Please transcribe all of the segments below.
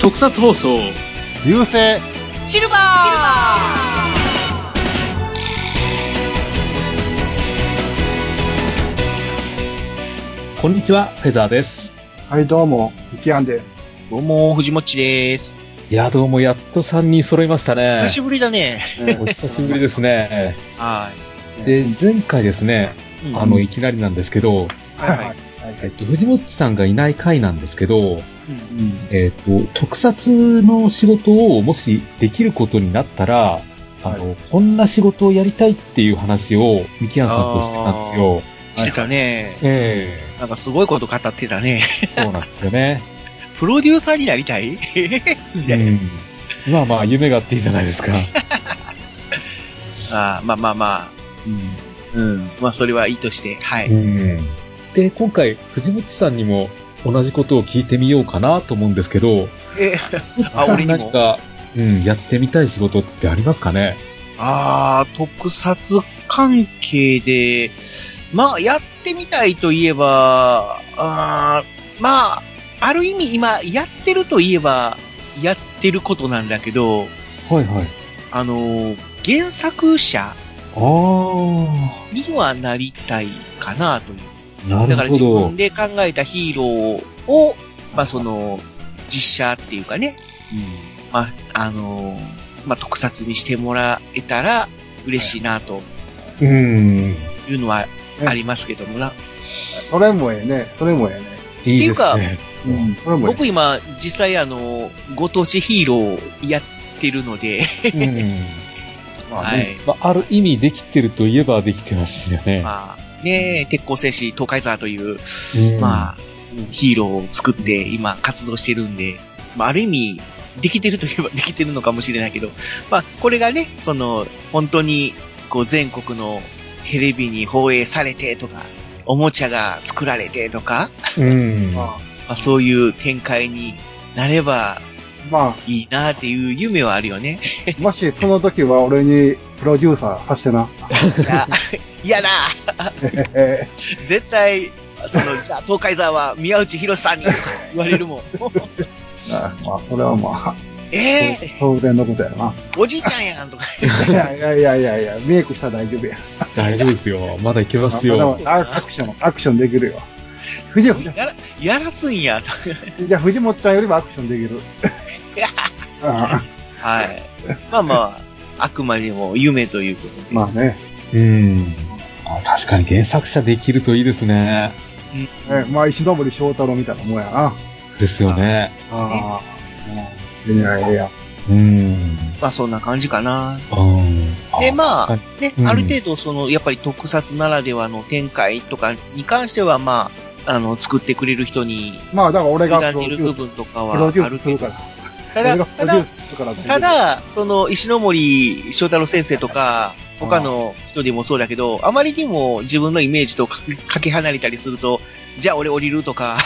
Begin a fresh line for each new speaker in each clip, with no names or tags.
特撮放送
流星
シルバーシルバ
こんにちは、フェザーです。
はい、どうも、ゆきやんです。
ーどうも、藤もっちです。
いや、どうもやっと3人揃いましたね。
久しぶりだね。
お久しぶりですね。
は
で、前回ですね、
い。
あの、いきなりなんですけど、
はいはい。
えっと、藤本さんがいない回なんですけど、
うん
えっと、特撮の仕事をもしできることになったら、あの、こんな仕事をやりたいっていう話を、ミキアンさんとしてたんですよ。
してたね。
え
なんかすごいこと語ってたね。
えそうなんですよね。
プロデューサーになりた い
うん。まあまあ、夢があっていいじゃない ですか。
あーまあまあまあ。
うん
うん。まあそれはいいとして。は
う
い。
ん。で、今回、藤本さんにも同じことを聞いてみようかなと思うんですけど、
え、あ、俺に
何
も。
か、うん、やってみたい仕事ってありますかね
ああ、特撮関係で、まあやってみたいといえば、あーまあ、ある意味今やってるといえば、やってることなんだけど、
はいはい。
あの、原作者
あ
にはなりたいかなという。
あ、な
だか
る
ら
ほ
自
ど
分。で考えたヒーローを、まあその、実写っていうかね、まあ、あの、まあ特撮にしてもらえたら嬉しいなと
うん。
いうのはありますけどもな。
それもええね、それもえ
いい
てい
で
う
す
か
ね。
えね。うん、それもえ
僕今、実際あの、ご当地ヒーローやってるので、
うん。
え。
は
ね
い。
まあ、ある意味できてるといえばできてますよね。
まあ、ねえ、鉄鋼戦士、東海沢という、
うん
まあ、ヒーローを作って今活動してるんで、まあ、ある意味、できてるといえば できてるのかもしれないけど、まあ、これがね、その、本当に、こう、全国のテレビに放映されてとか、おもちゃが作られてとか、
うん。
まあ、
まあ、そういう展開になれば
ま
いいなっていう夢はあるよね。
あ、もしその時は俺にプロデューサーさしてな。
いや、 いやだ
え
絶対、その、じゃあ、東海沢は宮内博さんに言われるもん。
えま あ、それはまあ、
ええ
当然のことやな。
おじいちゃんやんとか。
いやいやいやいやいや、メイクしたら大丈夫や。
大丈夫ですよ。まだいけます
で
よ
も。あアクション、アクションできるよ。藤本、
やら、やらすんや、と
じゃあ藤本ちゃんよりもアクションでき る。あ
はい。まあまあ、あくまでも夢ということ
あまあね。
うん。あ確かに原作者できるといいですね。
えまあ、石森章太郎みたいなもんやな。
ですよね。
ああ。うんいやいや。
うん。
で、まあそんな感じかな。
うん
で、ま
確か、
あね、
うん
ある程度その、やっぱり特撮ならではの展開とかに関しては、まあ、あの、作ってくれる人に、
まあ、だから俺
委
が
ね
プロデ
る
ュ
部
ース
分とか
プ
はあ
ロデュー
る
スす
け
る
ど
か、ら。
た
俺
だ、
がプ
た
ロデュー
だ、
スするから。
た、だ、その、石ノ森章太郎先生とか、他の人でもそうだけど、あまりにも自分のイメージとかかけ離れたりすると、じゃあ俺降りるとか、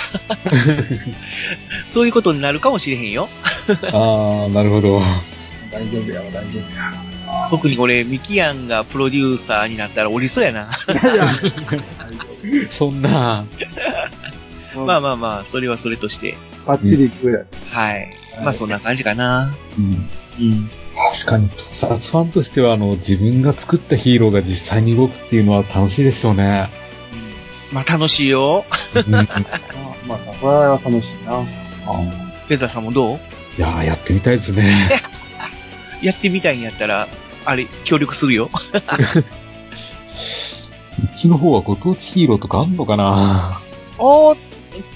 そういうことになるかもしれへんよ。
ああ、なるほ ど。
大丈夫やわ、大丈夫や。
特に俺、ミキアンがプロデューサーになったら降りそうやな。
そんな。
ま
ま
あまあまあ、それはそれとして。
あ、バッチリいくや。
はい。まあそんな感じかな。
うん、
うん。
確かに、特撮ファンとしては、あの、自分が作ったヒーローが実際に動くっていうのは楽しいですよね。
まあ楽しいよ。
うん、い
まあ、これは楽しいな。
フェザーさんもどう
やー、やってみたいですね。
やってみたいんやったら、あれ、協力するよ。
うちの方はご当地ヒーローとかあんのかな
ああ、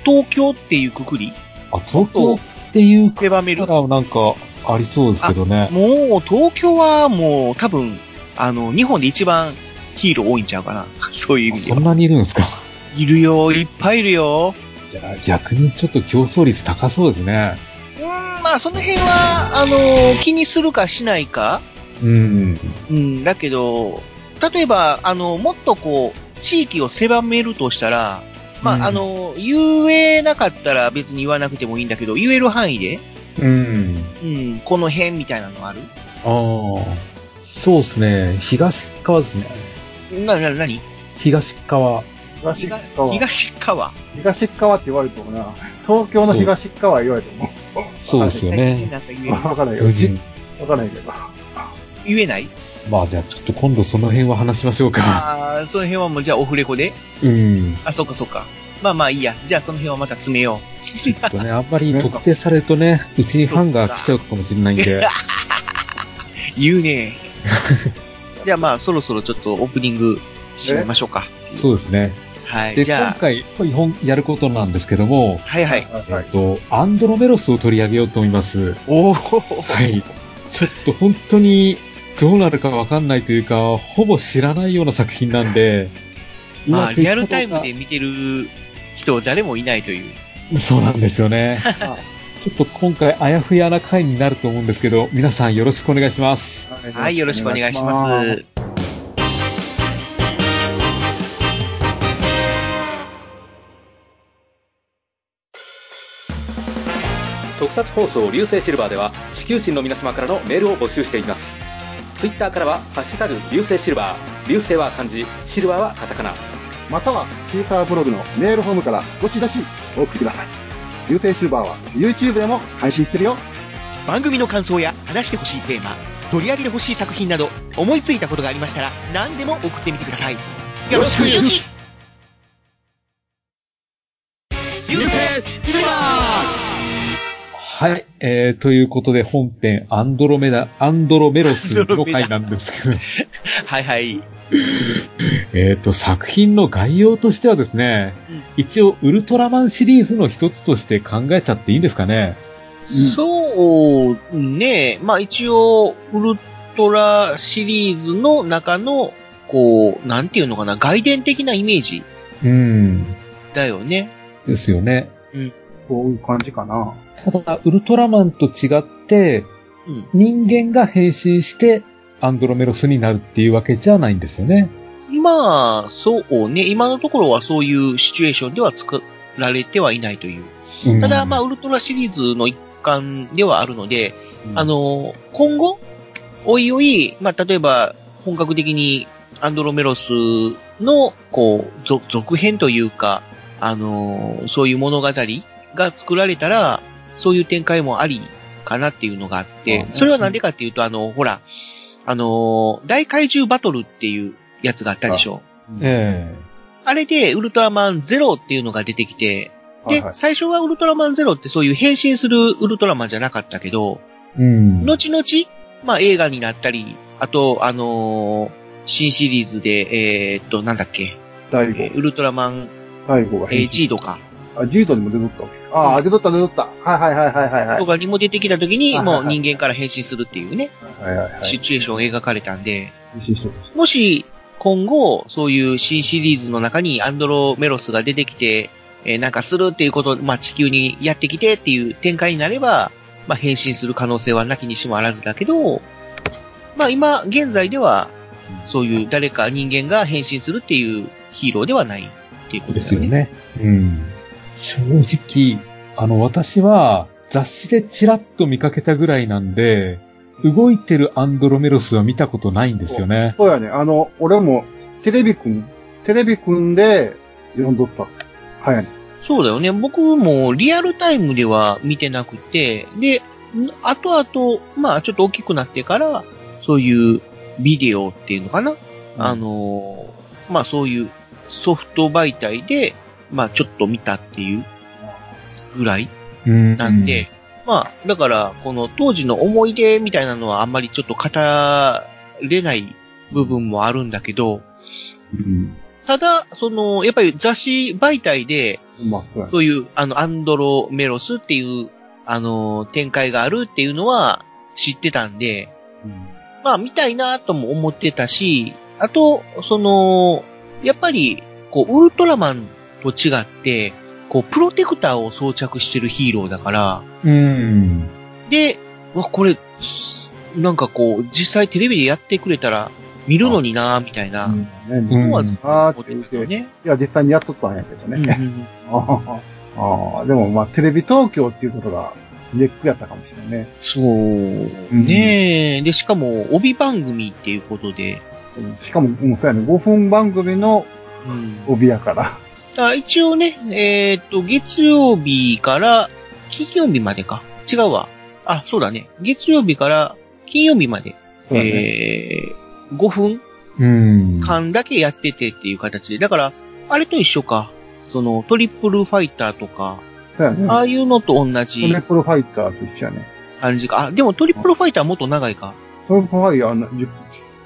東京っていうくくり
あ、東京っていうか
狭める。
らなんかありそうですけどね。
もう、東京はもう、多分、あの、日本で一番ヒーロー多いんちゃうかな。 そういう意味で
そ
は
ん。なにいるんですか
いるよ、いっぱいいるよ。
いや逆にちょっと競争率高そうですね。
うーん、まあ、その辺は、あの、気にするかしないか。
うん。
うん、だけど、例えば、あの、もっとこう、地域を狭めるとしたら、まあ、
うん
あの、言えなかったら別に言わなくてもいいんだけど、言える範囲で、
うん。
うん、この辺みたいなのある
ああ。そうですね。東川ですね。
な、な、なに
東川。
東川。
東川。
東川って言われてもな、東京の東川言われても。
そうですよね。
なんか言え
わからないよ。
無事。
わからないけど。
言えない
まあじゃあちょっと今度その辺は話しましょうか。
ああ、その辺はもうじゃあオフレコで
うん。
あ、そっかそっか。まあまあいいや。じゃあその辺はまた詰めよ
ちょっとね、あんまり特定されるとね、うちにファンが来ちゃうかもしれないんで。
う。言うねじゃあまあそろそろちょっとオープニング締めましょうか。
そうですね。
はい。
で、
じ
今
ゃあ、
回、日本やることなんですけども、
はいはい。
えっと、アンドロメロスを取り上げようと思います。
おお。
はい。ちょっと本当にどうなるかわかんないというか、ほぼ知らないような作品なんで、
まあ、
うまくい
リア
く
ル
かど
タ
う
イム
か
で見てる人誰もいないという。
そうなんですよね。
あ
ちょっと今回、あやふやな回になると思うんですけど、皆さんよろしくお願いします。
はい、よろしくお願いします。。
特撮放送流星シルバーでは地球人の皆様からのメールを募集していますツイッターからは「ハッシュタグ流星シルバー」流星は漢字シルバーはカタカナ
または、キーターブログのメールフォームからどしどしお送りください。流星シューバーは YouTube でも配信してるよ。
番組の感想や話してほしいテーマ、取り上げてほしい作品など、思いついたことがありましたら、何でも送ってみてください。よろしくゆき流星シルバ
はい。えー、ということで、本編、アンドロメダ、アンドロメロスの回なんですけど、
ーはいはい。
えっと、作品の概要としてはですね、一応、ウルトラマンシリーズの一つとして考えちゃっていいんですかね。
そうね、まあ一応、ウルトラシリーズの中の、こう、なんていうのかな、外伝的なイメージ
うん。
だよね。
ですよね。
そういう感じかな。
ただ、ウルトラマンと違って、
うん
人間が変身して、アンドロメロスになるっていうわけじゃないんですよね。
まあ、そうね、今のところはそういうシチュエーションでは作られてはいないという。
うん
ただ、まあ、ウルトラシリーズの一環ではあるので、
うん
あの、今後、おいおい、まあ、例えば、本格的にアンドロメロスの、こう、ぞ続編というか、あの、そういう物語が作られたら、そういう展開もありかなっていうのがあって
う、ん
それはなんでかっていうと、あの、ほら、あの、大怪獣バトルっていうやつがあったでしょ。
え
あれで、ウルトラマンゼロっていうのが出てきて、
はい
で
は、い。
最初はウルトラマンゼロってそういう変身するウルトラマンじゃなかったけど、
えうん。
後々、まあ映画になったり、あと、あのー新シリーズで、えーっと、なんだっけ、
第
え
5
ー。ウルトラマン、
第5が
えー
変身。
ジードか、
あ、ジードにも出とったわけ。ああ、出とった出とった。はいはいはいはいはい。
と
は
かにも出てきた時に、
はい
もう人間から変身するっていうね、
いはいはい。
シチュエーションを描かれたんで、
変身しとったし。
もし、今後、そういう新シリーズの中にアンドロメロスが出てきて、えーなんかするっていうこと、まあ、地球にやってきてっていう展開になれば、まあ、変身する可能性はなきにしもあらずだけど、まあ、今、現在では、そういう誰か人間が変身するっていうヒーローではないっていうこと
で
ですす
よ
よね。
ね。うん。正直、あの、私は雑誌でチラッと見かけたぐらいなんで、動いてるアンドロメロスは見たことないんですよね。
そうやね。あの、俺も、テレビくん、テレビくんで、読んどった。はいやね。
そうだよね。僕もリアルタイムでは見てなくて、で、ん後々、まあちょっと大きくなってから、そういうビデオっていうのかな、あのー、まあそういうソフト媒体で、まあちょっと見たっていうぐらい
うん。
なんで、まあだから、この当時の思い出みたいなのはあんまりちょっと語れない部分もあるんだけど、
うん、
ただ、その、やっぱり雑誌媒体で、
まあ、そうやね。
そういう、あの、アンドロメロスっていう、あの、展開があるっていうのは知ってたんで、まあ、見たいなとも思ってたし、あと、その、やっぱり、こう、ウルトラマンと違って、こう、プロテクターを装着してるヒーローだから、
うん。
で、うわ、これ、すなんかこう、実際テレビでやってくれたら、見るのになみたいな、
うんね
うん
のはずっと
あー
思
っ
ってて
言
た
っ
けど
て、
ね。
いや、実際にやっとったんやけど
うんうんう
ね。
ん
あははああ、でもまあテレビ東京っていうことがネックやったかもしれないね。
そう。ねえ。で、しかも、帯番組っていうことで。
うんしかも、もうそうやね、5分番組の
うん。
帯やから。
だから一応ね、えーっと、月曜日から金曜日までか。違うわ。あ、そうだね。月曜日から金曜日まで、
そうだね。
えー、5分
うん。
間だけやっててっていう形で。だから、あれと一緒か。その、トリプルファイターとか、
そうやね。
ああいうのと同
ト
じ
リプルファイターと一緒やね。
感じか。あ、でもトリプルファイターもっと長いか。
トリプルファイターの10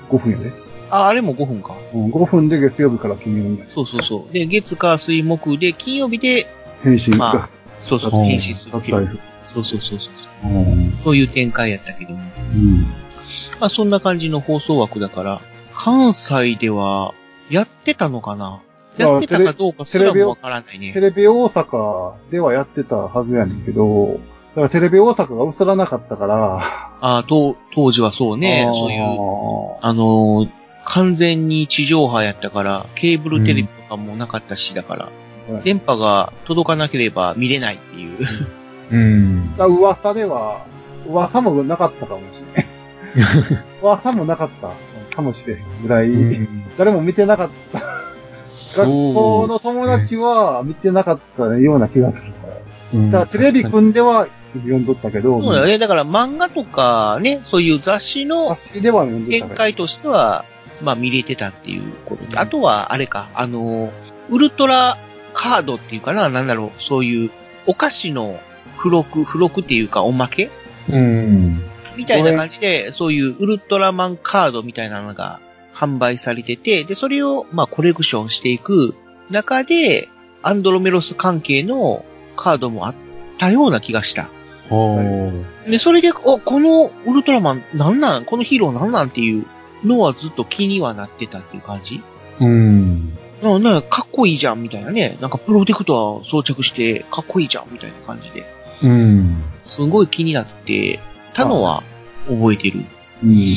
5分やで、
あ、あれも5分か。
うん。5分で月曜日から金曜日まで。
そうそうそう。で、月、火、水、木で、金曜日で、
変身
まあ
が、
そうそう
う
そう、
ん
変身する
脱。退復
そうそうそうそう。
うん。
そういう展開やったけども。
うん。
まあ、そんな感じの放送枠だから、関西では、やってたのかなやってたかどうかすらもわからない
テ
ね。
レビ大阪ではやってたはずやねんけど、だからテレビ大阪が映らなかったから、
あ当当時はそうね
あ、ー
そういう、あのー完全に地上波やったから、ケーブルテレビとかもなかったし、だから、
はい
電波が届かなければ見れないっていう。
うん。
だから噂では、噂もなかったかもしれん。噂もなかったかもしれんぐらい、誰も見てなかった。
そう
学校の友達は見てなかったような気がするから。
うん
だからテレビ組んでは読んどったけど、
そうだよね。だから漫画とかね、そういう雑誌の
雑誌では読んどった
展
から。
開としては、まあ見れてたっていうことで。あとは、あれか、あの、ウルトラカードっていうかな、なんだろう、そういうお菓子の付録、付録っていうかおまけ
うん。
みたいな感じで、そういうウルトラマンカードみたいなのが販売されてて、で、それをまあコレクションしていく中で、アンドロメロス関係のカードもあったような気がした。
ほう。
で、それで、お、このウルトラマンなんなんこのヒーローなんなんっていうのはずっと気にはなってたっていう感じ
うん。
ななんかかっこいいじゃんみたいなね。なんかプロテクター装着してかっこいいじゃんみたいな感じで。
うん。
すごい気になってたのは覚えてる。
うん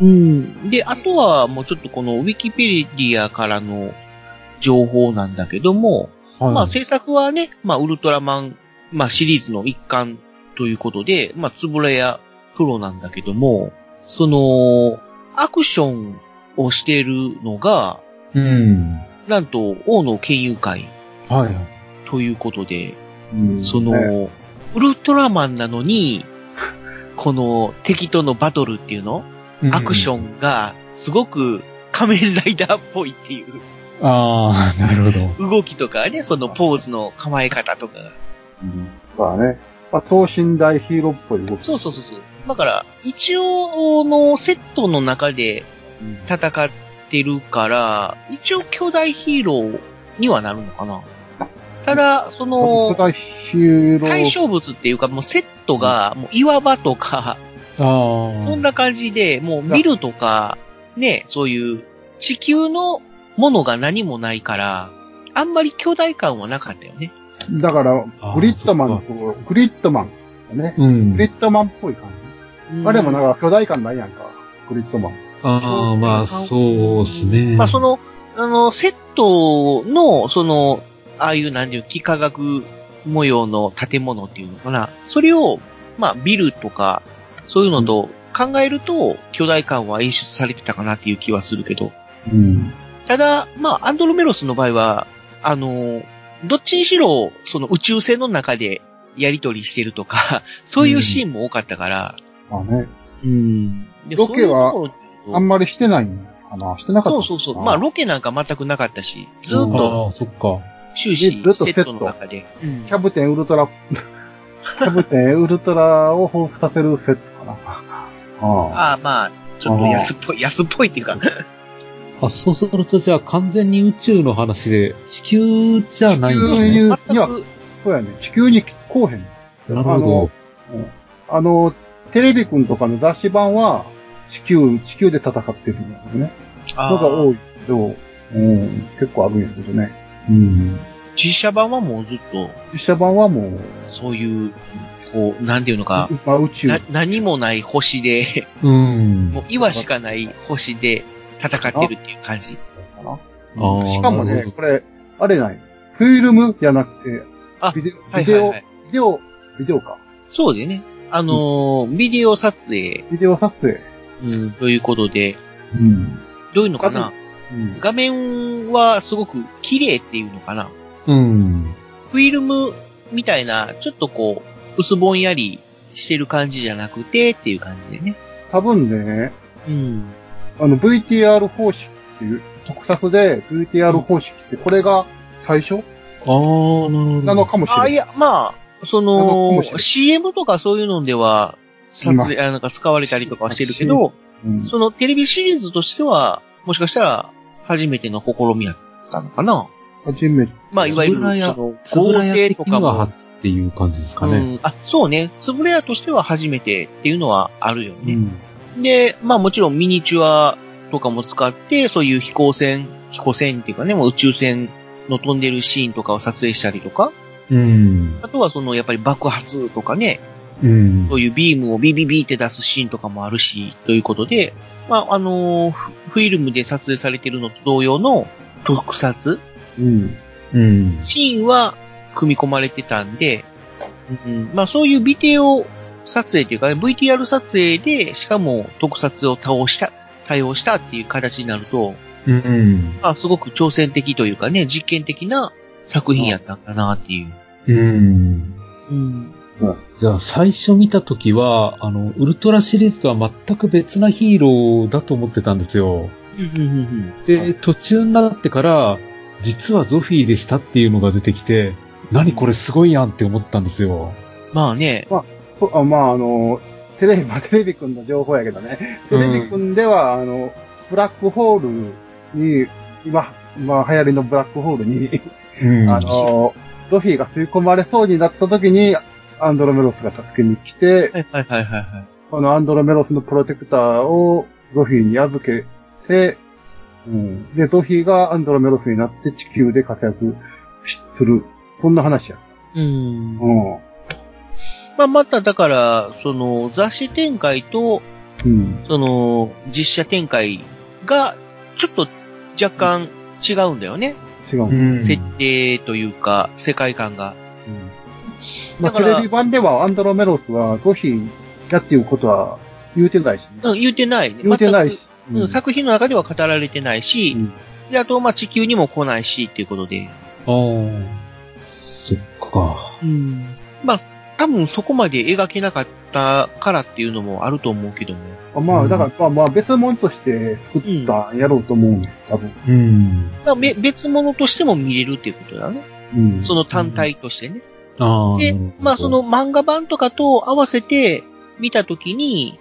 うん。で、あとはもうちょっとこのウィキペディアからの情報なんだけども、まあ制作はね、まあウルトラマン、まあシリーズの一環ということで、まあつぶらやプロなんだけども、その、アクションをしているのが、
うん。
なんと王の研究会
はい。
ということで、
うん
その、
ね
ウルトラマンなのに、 この敵とのバトルっていうの、アクショ
ン。
ンがすごく仮面ライダーっぽいっていう
ああ、なるほど。
動きとかね、そのポーズの構え方とかが
そうだね。まあ、等身大ヒーローっぽい動き。
そうそうそうそう。だから、一応のセットの中で
うん
戦ってるから、一応巨大ヒーローにはなるのかな。ただ、そ
巨
の、
大ヒーロー。
対象物っていうか、もうセットが、もう岩場と
ああ。
か、そんな感じで、もうビルとか、ね、そういう地球のものが何もないから、あんまり巨大感はなかったよね。
だから
あ、ー
グリッドマンと、グリッドマンだね。
うん
グリ。ッドマンっぽい感
うん
じ。あれもなんか巨大感ないやんか。グリッドマン。
ああ、まあ、そうですね。
まあ、そ、の、あの、セットの、その、ああいう、なんていう、幾何学模様の建物っていうのかな。それを、まあ、ビルとか、そういうのと考えると、巨大感は演出されてたかなっていう気はするけど。
うん。
ただ、まあ、アンドロメロスの場合は、あの、どっちにしろ、その宇宙船の中でやりとりしてるとか、そういうシーンも多かったから。
まあね。
うん。で
ロケは、
そういうところ
あんまりしてないんかな。してなかったのか
そう
な。
そうそう。まあ、ロケなんか全くなかったし、ずっと
ああ、そっか。
終始、
ずっと
セ
セッ
ット
ト
の中で。うん
キャプテンウルトラ、キャプテンウルトラを彷彿させるセットかな。ああ。
ああ、まあ、ちょっと安っぽい、安っぽいっていうか、
あ、そうすると、じゃあ完全に宇宙の話で、地球じゃないんですね。
地
全
球には
く、
そうやね。地球にこうへん。
なるほど。
あの、テレビくんとかの雑誌版は、地球、地球で戦ってるんだよね。のが
ああ
多いけど、うん、結構あるんやけどね。
うん。
実写版はもうずっと、
実写版はもう、
そういう、こう、なんていうのか、
まあ、宇宙。
な何もない星で、
うん。
もう岩しかない星で戦ってるっていう感じ。
かな
あー
しかも
なる
ね
ほど、
これ、あれない。フィルムじゃなくて、
あ
ビデオ、
はい
ビデ
はい
オ、
はい。
ビデオ、ビデオか。
そうでね。あのービデオ撮影、
ビデオ撮影。
うん、ということで、
うん。
どういうのかな
うん。
画面はすごく綺麗っていうのかな
うん。
フィルムみたいな、ちょっとこう、薄ぼんやりしてる感じじゃなくてっていう感じでね。
多分ね、
うん。
あの VTR 方式っていう、特撮で VTR 方式って、これが最
あ
初
あ、なるほど。
なのかもしれ
あ、
ない。
いや、まあ、そ
なのか
の
もしれ、ない
CM とかそういうのでは、撮影、あなんか使われたりとかはしてるけど、
うん
そのテレビシリーズとしては、もしかしたら、初めての試みだったのかな
初めて。
まあ、いわゆる、そ
円谷
の、
つぶらや
性と
的に
か
は
も。
初っていう感じですか
う
ね。
ん、あ、そうね。つぶらやとしては初めてっていうのはあるよ
う
ね。
ん。
で、まあもちろんミニチュアとかも使って、そういう飛行船、飛行船っていうかね、もう宇宙船の飛んでるシーンとかを撮影したりとか、
うん。
あとはそのやっぱり爆発とかね、
うん。
そういうビームをビビビって出すシーンとかもあるし、ということで、まああのーフフィルムで撮影されてるのと同様の特撮
うん。
うん。
シーンは組み込まれてたんで、うんまあそういうビデオ撮影というかね、VTR 撮影で、しかも特撮を倒した、対応したっていう形になると、
うん。
まあすごく挑戦的というかね、実験的な作品やったんだなっていう。
うん。
うん。
じゃあ最初見たときは、あの、ウルトラシリーズとは全く別なヒーローだと思ってたんですよ。
うんうんうん
で、途中になってから、実はゾフィーでしたっていうのが出てきて、何これすごいやんって思ったんですよ。
まあね、
そあまあ、あの、テレビ、まあ、テレビくんの情報やけどね。テレビくんでは、あの、ブラックホールに、今、まあ、流行りのブラックホールに、
うん。
あの、ドフィーが吸い込まれそうになった時に、アンドロメロスが助けに来て、
はいはいはいはいはい。
このアンドロメロスのプロテクターをゾフィーに預けて、うん、で、ゾフィーがアンドロメロスになって地球で活躍しする。そんな話や。
うん。
うん。
まあまただから、その雑誌展開と、
うん。
その実写展開がちょっと若干違うんだよね。
違う。
うん、
設定というか、世界観が。
まあ、
だ
テ
から
レビ版ではアンドロメロスはゾフィーだっていうことは言うてないしね。
うん、言うてないね。
言うてないし。
全く。うん作品の中では語られてないし、
うん
で、あと、まあ、地球にも来ないし、っていうことで。
ああ。そっか。
うん。まあ、多分そこまで描けなかったからっていうのもあると思うけども。
あま
う
あ、
ん
だから、まあまあ別物として作ったんやろうと思うの、多分。
うん。
まあ、べ別物としても見れるっていうことだね。
うん。
その単体としてね。
ああ。
で
なるほ、ど
まあ、その、漫画版とかと合わせて見たときに、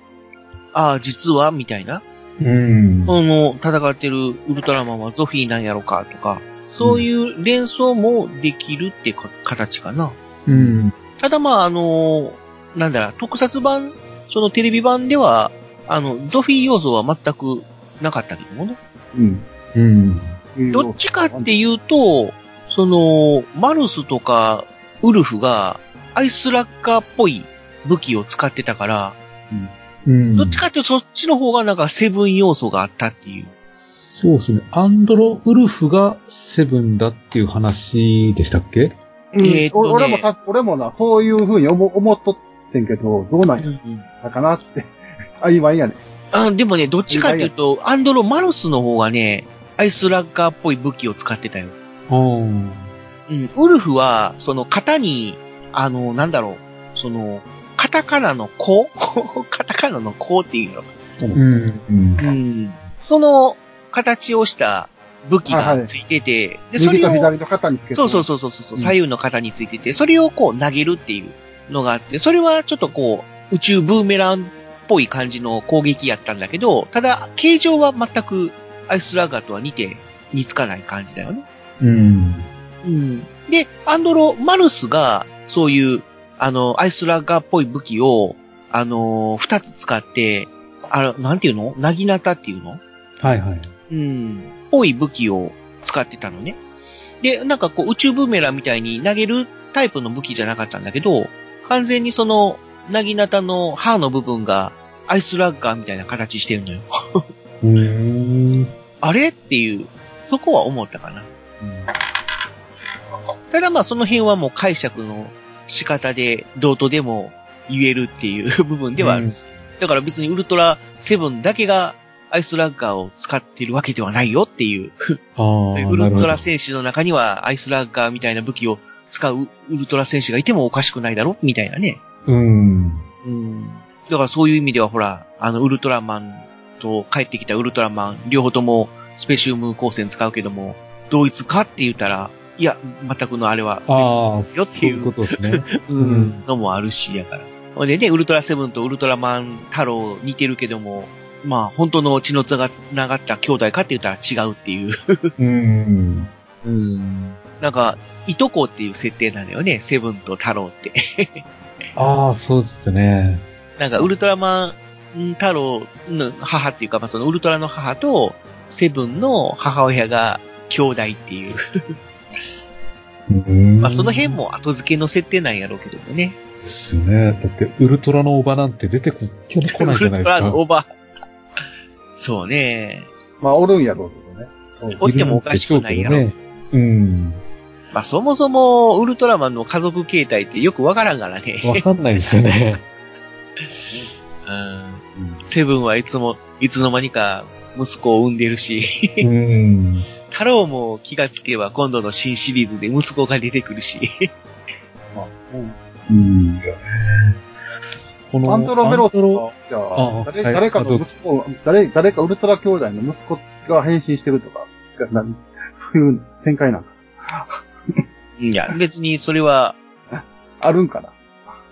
ああ、実は、みたいな。
うん。
この戦ってるウルトラマンはゾフィーなんやろかとか、そういう連想もできるってか形かな。
うん。
ただまあ、あの、なんだろう、特撮版、そのテレビ版では、あの、ゾフィー要素は全くなかったけどもね。
うん。
うん。
どっちかっていうと、その、マルスとかウルフがアイスラッガーっぽい武器を使ってたから、
うん。
どっちかっていうとそっちの方がなんかセブン要素があったっていう。
そうですね。アンドロ・ウルフがセブンだっていう話でしたっけ
うん
えーっとね
お俺もさ、俺もな、そういう風に思思っとってんけど、どうなんやったかなって。 あ、今やね。
あでもね、どっちかっていうと、アンドロ・マルスの方がね、アイスラッガーっぽい武器を使ってたよ。
ああ。
うん、ウルフは、その型に、あの、なんだろう、その、カタカナの子 カタカナの子っていうの。
うん。
うん。その形をした武器
はいは
が
い
ついてて、で、そ
右
れ
と
を、
左の肩につけて。
そうそうそうそうそう、
ん
左右の型についてて、それをこう投げるっていうのがあって、それはちょっとこう、宇宙ブーメランっぽい感じの攻撃やったんだけど、ただ、形状は全くアイスラガーとは似て、似つかない感じだよね。
うん。
うん。で、アンドロ・マルスが、そういう、あの、アイスラガーっぽい武器を、あのー二つ使って、あの、なんていうのなぎなたっていうの
はいはい。
うん。ぽい武器を使ってたのね。で、なんかこう、宇宙ブーメランみたいに投げるタイプの武器じゃなかったんだけど、完全にその、なぎなたの歯の部分が、アイスラッガーみたいな形してるのよ。
うん。
あれっていう、そこは思ったかな。ただまあその辺はもう解釈の仕方でどうとでも言えるっていう 部分ではある。
うん
だから別にウルトラセブンだけがアイスランカーを使ってるわけではないよっていう。
ああ、
ウルト
な
ラ
るほ
戦士の中にはアイスランカーみたいな武器を使うウルトラ戦士がいてもおかしくないだろみたいなね。
ど。うん。
うん。だからそういう意味ではほら、あの、ウルトラマンと帰ってきたウルトラマン、両方ともスペシウム光線使うけども、同一かって言ったら、いや、全くのあれは
ああ、
別です
そう
よって
い
いうう
ことですね。
う、
うん
のもあるし、やから。ほんでね、ウルトラセブンとウルトラマン太郎似てるけども、まあ、本当の血のつながった兄弟かって言ったら違うっていう。
うん。
うん。なんか、いとこっていう設定なんだよね、セブンと太郎って。
ああ、そうですね。
なんか、ウルトラマン太郎の母っていうか、まあ、そのウルトラの母と、セブンの母親が兄弟っていう。
うん。
まあ、その辺。も後付けの設定なんやろうけどもね。
ですよね。だって、ウルトラのおばなんて出てこ来ないじゃ
ウル
ないです
トラ
か。
のおば。 そうね。
まあ、おるんやろうけどね。そう
おってもおかしくないやろ
るんでしょうけどね。
まあ、そもそも、ウルトラマンの家族形態ってよくわからんか
う
ら
ん。わ
ね。
かんないですよ ね。
うんセブンはいつも、いつの間にか息子を産んでるし、
うん。
太郎も気がつけば今度の新シリーズで息子が出てくるし。
うん
この
アントロメロス
アントロ
の、じゃあ
あ、
誰
はい
誰かの息子、誰、誰かウルトラ兄弟の息子が変身してるとか、なそういう展開なんか、
いや、別にそれは、
あるんか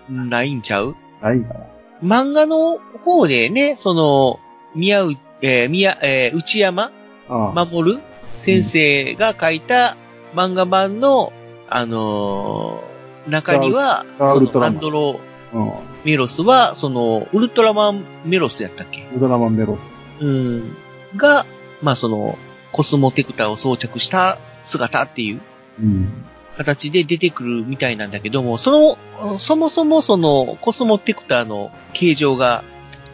な
ないんちゃう
ないんかな
漫画の方でね、その、宮内、えー宮、えー内山
ああ、
守る先生が書いた漫画版の、あのー中には、
ダー
そ
ウルト
のア
ラマン
ンドロ
うん。
メロスは、その、ウルトラマンメロスやったっけ
ウルトラマンメロス。
うん。が、まあその、コスモテクタを装着した姿っていう
うん。
形で出てくるみたいなんだけども、その、そもそもその、コスモテクタの形状が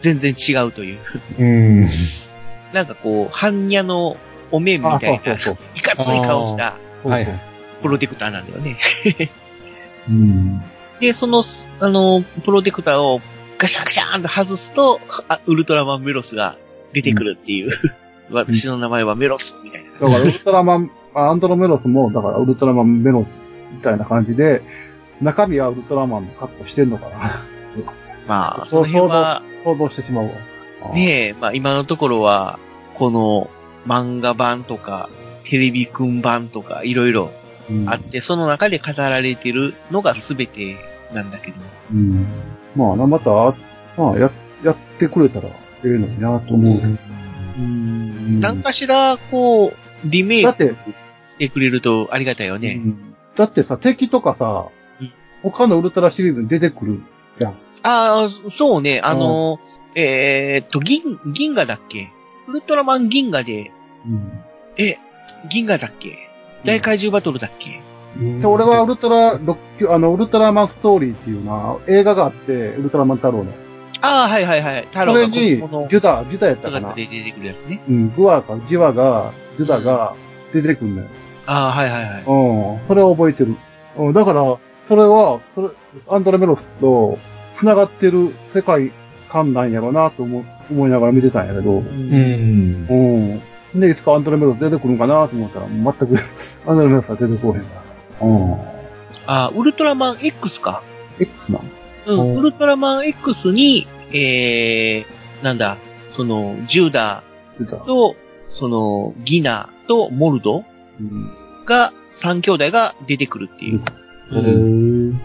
全然違うという。
うん。
なんかこう、般若のお面み
あ
たい
そ
な
う、そう
いかつい顔した
そう。
はいはい。
プロテクターなんだよね。
うん。
で、その、あの、プロテクターをガシャンガシャンと外すと、あウルトラマンメロスが出てくるっていう。 私の名前はメロスみたいな。
だから、ウルトラマン、あアンドロメロスも、だから、ウルトラマンメロスみたいな感じで、中身はウルトラマンの格好してんのかな
まあ、そ
そ
の
う
辺は、
想像してしまうわ。
ねえ、まあ今のところは、この漫画版とか、テレビくん版とか、いろいろ
うん
あって、その中で語られてるのが全てなんだけど。
うん。まあな、また、まあ、や、やってくれたら、ええのになと思う。うん
なんかしら、こう、リメイ
だ
ク
って、
してくれるとありがたいよね
う。んだってさ、敵とかさ
うん、
他のウルトラシリーズに出てくる。
ああ、そうね、あの、えーっと、銀、銀河だっけウルトラマン銀河で、え、銀河だっけ大怪獣バトルだっけ、
で俺はウルトラ六級、あの、ウルトラマンストーリーっていうな、映画があって、ウルトラマン太郎の。
ああ、はいはいはい。太
そ
郎
れ
が
に、
子
ジ
供の
ュダ、ジュダやったか
姿
な。
で出てくるやつね。
うん、グアか、ジワが、ジュダが出てくるのよ。
ああ、はいはいはい。
うん、それは覚えてる。うん、だから、それは、それ、アンドレメロスと繋がってる世界観なんやろなと思う思いながら見てたんやけど、
う。ん。
うん。で、いつかアンドレメロス出てくるんかなと思ったら、全く、アンドレメロスは出てこへんから。うん。
あ、ウルトラマン X か。
X なん
う
うん
ん、ウルトラマン X に、えー、なんだ、その、ジューダ
出た。
と、その、ギナとモルド
うん。
が、三兄弟が出てくるっていう。
う
うん
ん。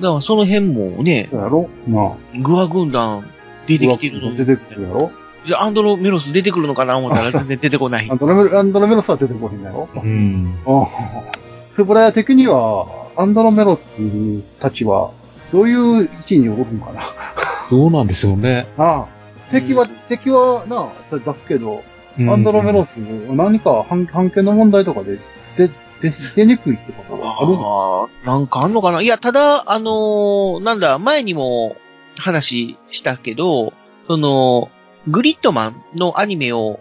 だからその辺もね、
そうやろまあ。
グア軍団出てきてるのに
出てくるやろ
じゃあアンドロメロス出てくるのかな思ったら全然出てこない
ア。ンドレメロアンドレメロスは出てこへんやろ
うん。
うん。スプラヤ的には、アンドロメロスたちは、どういう位置におるのかな
どうなんでしょうね。
ああ。敵は、
うん
敵はな、出すけど、
うん
アンドロメロス、何か半半径の問題とかで、で、で、出にくいってことはあるの
あーなんかあんのかないや、ただ、あのーなんだ、前にも話したけど、その、グリッドマンのアニメを、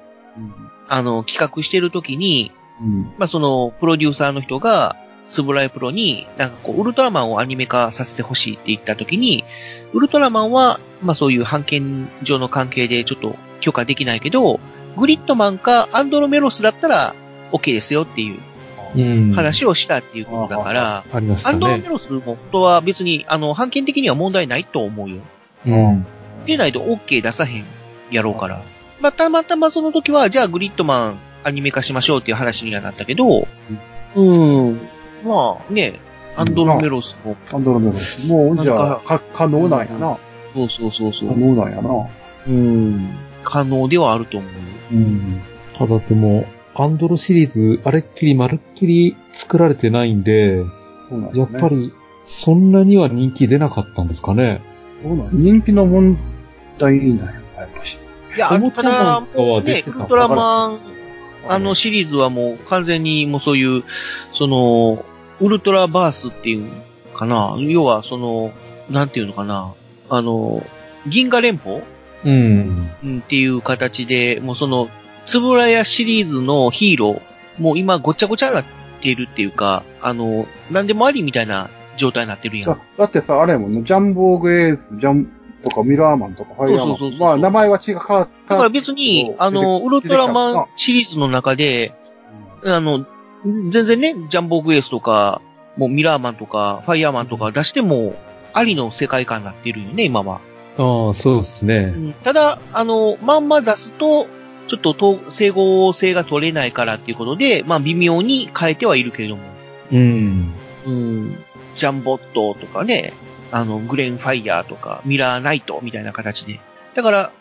あの、企画してるときに、
うん。
まあ、その、プロデューサーの人が、つぶらいプロに、なんかこう、ウルトラマンをアニメ化させてほしいって言った時に、ウルトラマンは、まあそういう判権上の関係でちょっと許可できないけど、グリッドマンかアンドロメロスだったら OK ですよっていう
うん。
話をしたっていうことだから、
ありまし
ア
た
ンドロメ
ね。
ロスも本当は別に、あの、判権的には問題ないと思うよ。
うん。
でないと OK 出さへんやろうから。まあ、たまたまその時は、じゃあグリッドマンアニメ化しましょうっていう話にはなったけど、うん。まあね、アンドロメロスも、
アンドロメロス。もう、じゃあ、か可能なんやな。
そうそうそうそ
可
う、
能なんやな。
うん。可能ではあると思う。
うん。
ただでも、アンドロシリーズ、あれっきりまるっきり作られてないんで、
そうなん
や
や
っぱ。り、そんなには人気出なかったんですかね。
そうなんや人気の問題なんや、やっぱし。
いや、
ウルト
た
ラマ
だ、
ンとかは
もう
出
ね
て、た
ウルトラマン、あのシリーズはもう完全にもうそういう、その、ウルトラバースっていうかな。要はその、なんていうのかな。あの、銀河連邦
うん。
うんっていう形で、もうその、つぶらやシリーズのヒーロー、もう今ごちゃごちゃになってるっていうか、あの、なんでもありみたいな状態になってるや
だ
ん。
だってさ、あれやもんね、ジャンボーグエース、ジャン、とかミラーマンとかファイヤーマン。
そうそうそうそう
まあ、名前は違かっ
だ
た。
から別に、あの、ウルトラマンシリーズの中で、あの、全然ね、ジャンボグエースとか、もうミラーマンとか、ファイヤーマンとか出しても、ありの世界観になってるよね、今は。
ああ、そうです
う
ね。
んただ、あの、まんま出すと、ちょっと統整合性が取れないからっていうことで、まあ微妙に変えてはいるけれども。
うん。
うん、ジャンボットとかね、あの、グレンファイヤーとか、ミラーナイトみたいな形で。だから、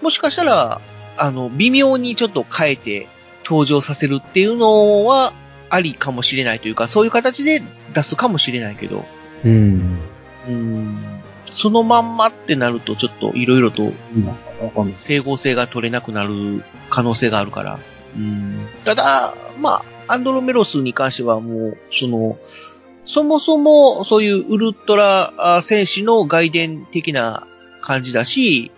もしかしたら、あの、微妙にちょっと変えて登場させるっていうのは、ありかもしれないというか、そういう形で出すかもしれないけど、
うん。
うん、そのまんまってなると、ちょっといろいろと
うんなんかわかんない
整合性が取れなくなる可能性があるから。うんただ、まあ、アンドロメロスに関してはもう、その、そもそもそういうウルトラあ戦士の外伝的な感じだし、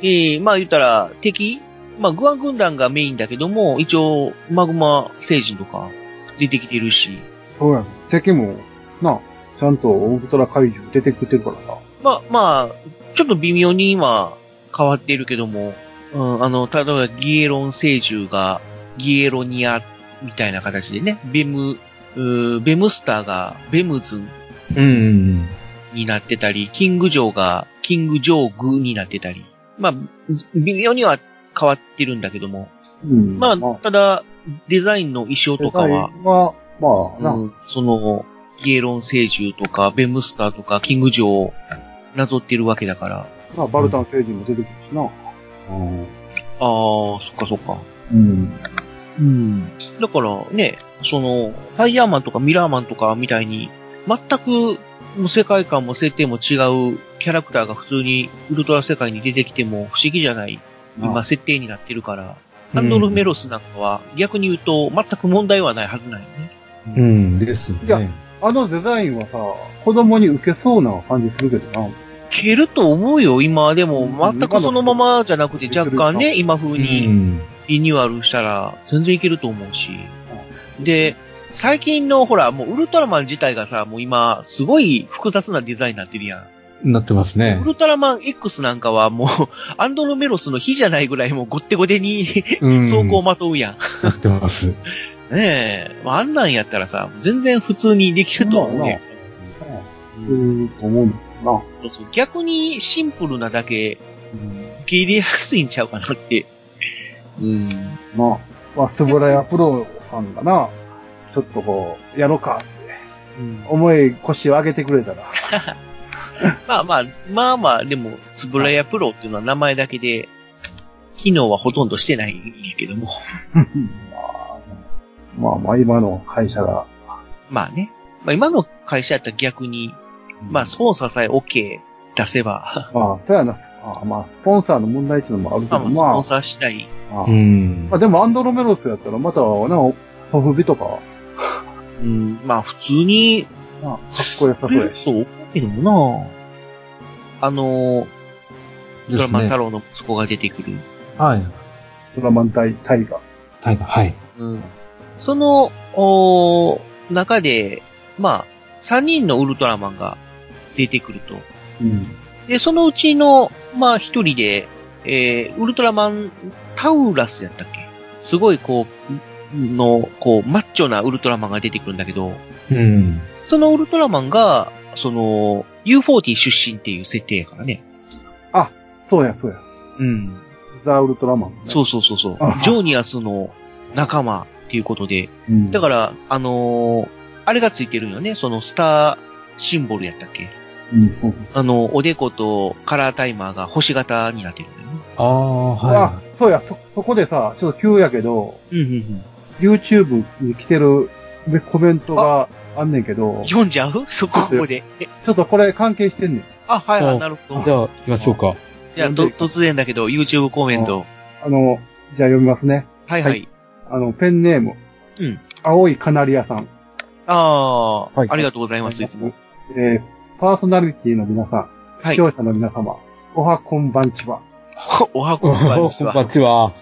えーまあ言ったら敵、まあグアン軍団がメインだけども、一応マグマ星人とか出てきてるし、
そうやん。敵も、な、ちゃんとウルトラ怪獣出てくってるからさ。
まあ、まあ、ちょっと微妙に今変わっているけども、うん、あの、例えばギエロン星獣がギエロニアみたいな形でね、ベム、うーベムスターがベムズ
うん。
になってたり、キングジョーがキングジョーグになってたり、まあ、微妙には変わってるんだけども、
うん。
まあ、ただ、デザインの衣装とかは、
デザインは、まあ、な、
うんその、ギエロン星獣とか、ベムスターとか、キングジョーをなぞってるわけだから、
まあ、バルタン星人も出てくるしな。うん。
ああ、そっかそっか。
うん。
うん。だからね、その、ファイヤーマンとかミラーマンとかみたいに、全くもう世界観も設定も違うキャラクターが普通にウルトラ世界に出てきても不思議じゃない、
ま
今
あ
設定になってるから、ハンドルメロスなんかは逆に言うと全く問題はないはずなんよね。
うん、です
いや
ね。
あのデザインはさ、子供に受けそうな感じするけどな。
消えると思うよ、今。でも、
うん
全くそのままじゃなくて、
今の
若干ね、今風
う
に
ん。
リニューアルしたら全然いけると思うし。で、最近のほら、もうウルトラマン自体がさ、もう今、すごい複雑なデザインになってるや
なってます
ん。ウ
ね。
ルトラマン X なんかはもう、 アンドロメロスの火じゃないぐらいもうごってごてに
うん。
装甲をまとうやん。
なってます。
ねえ、まああんなんやったらさ、全然普通にできると思うね。
うん。と思うんだけどな。
そうそう逆にシンプルなだけ、受け入れやすいんちゃうかなって。うん。
まあ、まあ、スブラヤプロさんがな、ちょっとこう、やろうかって、思い腰を上げてくれた ら、
まあまあ、まあまあ、でも、つぶらやプロっていうのは名前だけで、機能はほとんどしてないんやけども。
まあまあ、今の会社が、
まあね。まあ今の会社やったら逆に、まあスポンサーさえ OK 出せば、
まあ、そうやな。ああまあ、スポンサーの問題っていうのもあるけ
ま
ど、
あま
ま
あ
あ、
スポンサー次第、
ああ
うん
まあ、。でもアンドロメロスやったら、また、な、ソフビとか、
うん、まあ普通に、
なかっこよさそうやし。
そう、けどもなあの、
で
ドラ
す
マン太
ね。
郎の息子が出てくる。
はい。
ドラマンタイ、タイガー。
タイガーはい。
うん。その、おー中で、まあ、3人のウルトラマンが出てくると。
うん。
で、そのうちの、まあ、一人で、えー、ウルトラマン、タウラスやったっけすごい、こう、の、こう、マッチョなウルトラマンが出てくるんだけど、
うん。
そのウルトラマンが、その、U40 出身っていう設定やからね。
そうや、そうや。
うん。
ザ・ウルトラマン、ね。
そうそうそうそう
あ。
ジョーニアスの仲間っていうことで、
うん。
だから、あのーあれがついてるよね。そのスターシンボルやったっけ
うん、そうそう。
あの、おでことカラータイマーが星型になってるんだよね。
ああ、
あ
は、
そうや、そ、そこでさ、ちょっと急やけど、
うんうんうん。
YouTube に来てるねコメントがあんねんけど、
読んじゃう そこ、ここで。え
ちょっとこれ関係してんねん。
あ、はいは
あ
い、なるほ
い。
ど。
じゃあ、行きましょうか。
じゃあ、と突然だけど、YouTube コメント。
あの、じゃあ読みますね。
はい
は
はい。
あの、ペンネーム、
うん。
青いカナリアさん。
ああ
はい、
ありがとうございます、いつも。
えーパーソナリティの皆さん、
は
視
い。
聴者の皆様、おはこんばんちは。
おはこんばん
こ
ち
んば
は。
んちは。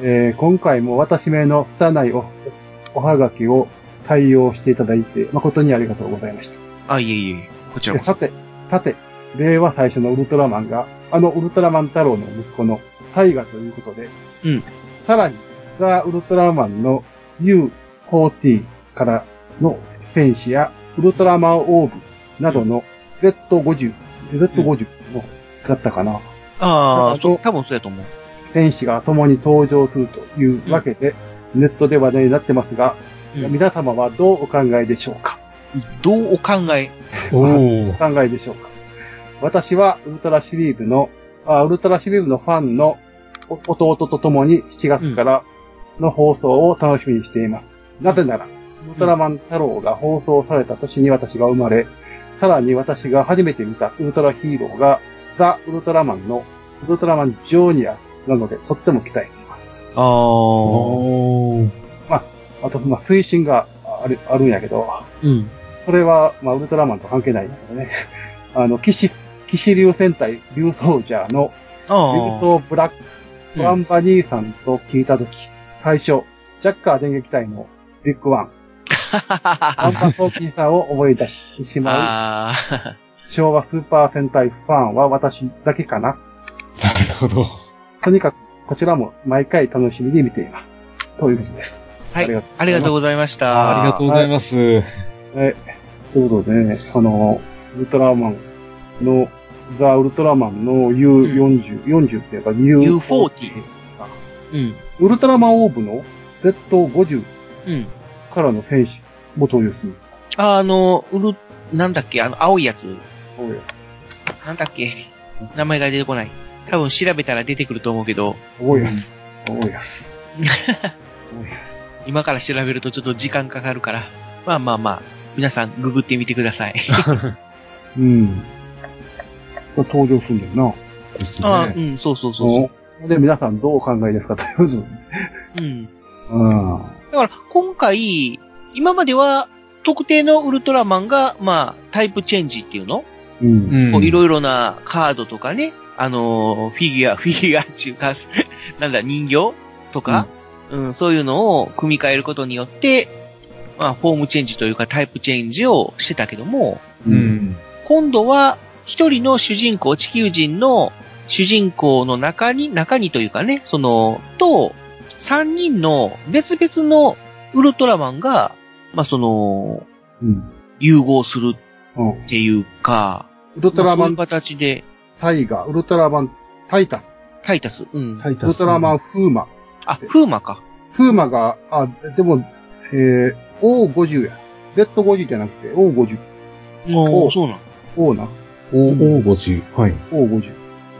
えー今回も私めの拙いお、おはがきを対応していただいて、誠にありがとうございました。
あ、いえいえ、こちら
で
こそ。
さて、さて、令和最初のウルトラマンが、あのウルトラマン太郎の息子のタイガということで、
うん
さらに、ザ・ウルトラマンの U40 からの戦士や、ウルトラマンオーブなどの Z50、Z50 の、だったかな、
ああ、
あと
多分そうやと思う。
戦士が共に登場するというわけで、ネットで話題になってますが、
うん
皆様はどうお考えでしょうか
どうお考え
おお
お。考えでしょうか私はウルトラシリーズの、あウルトラシリーズのファンのお弟と共に7月からの放送を楽しみにしています。なぜなら、ウルトラマン太郎が放送された年に私が生まれ、さらに私が初めて見たウルトラヒーローがザ・ウルトラマンのウルトラマンジョーニアスなのでとっても期待しています。
ああ、
おー
あと、まあ、推進がある、あるんやけど、
うん。
それは、まあ、ウルトラマンと関係ないんだけどね。 あの、騎士、騎士流戦隊、流ソージャーの、
あ
流
あ。
ソーブラック、
うん
ワンバニーさんと聞いたとき、最初、ジャッカー電撃隊のビッグワン、ワンパソーキンさんを思い出してしまう、
ああ、
昭和スーパー戦隊ファンは私だけかな。
なるほど。
とにかく、こちらも毎回楽しみに見ています。ということです。
は
ありが
い
とう。
ありがとうございまし
あ
た。
りがとうございます。
はい。ということでね、あの、ウルトラマンの、ザ・ウルトラマンの U40、40っていうか
U40
あ
うん。
ウルトラマンオーブの Z50
うん。
からの戦士も登場する。
あの、うる、なんだっけ、あの、青いやつ。
そうよ。
なんだっけ。名前が出てこない。多分調べたら出てくると思うけど、
多いやつ。多いやつ。多いや
今から調べるとちょっと時間かかるから。まあまあまあ、皆さんググってみてください。
つうん。登場するんだよな。
です
ああ、う
ね。
ん、そうそうそう
うんで、皆さんどうお考えですかということで。
そう。うん。
うん。
だから、今回、今までは、特定のウルトラマンが、まあ、タイプチェンジっていうの
う。
うんん
こういろいろなカードとかね、あのーフィギュア、フ ィギュアっていうか、なんだ、人形とか、うん、そういうのを組み替えることによって、まあ、フォームチェンジというかタイプチェンジをしてたけども、
う。ん。
今度は、一人の主人公、地球人の主人公の中に、中にというかね、その、と、三人の別々のウルトラマンが、まあ、その、
うん。
融合する
うん。
っていうか、
ウルトラ
ま
マ
あそういう
ン
形で、
タイガー、ウルトラマンタイタス、
タイタス。うん。
タイ
ウルトラマン
ン。
フーマ、
あ、フーマか。
フーマが、あ、でも、えー、O50 や。Z50 じゃなくて、O50。
お
お
お、そうなん。
O な。
お、お五十。はい。
O50。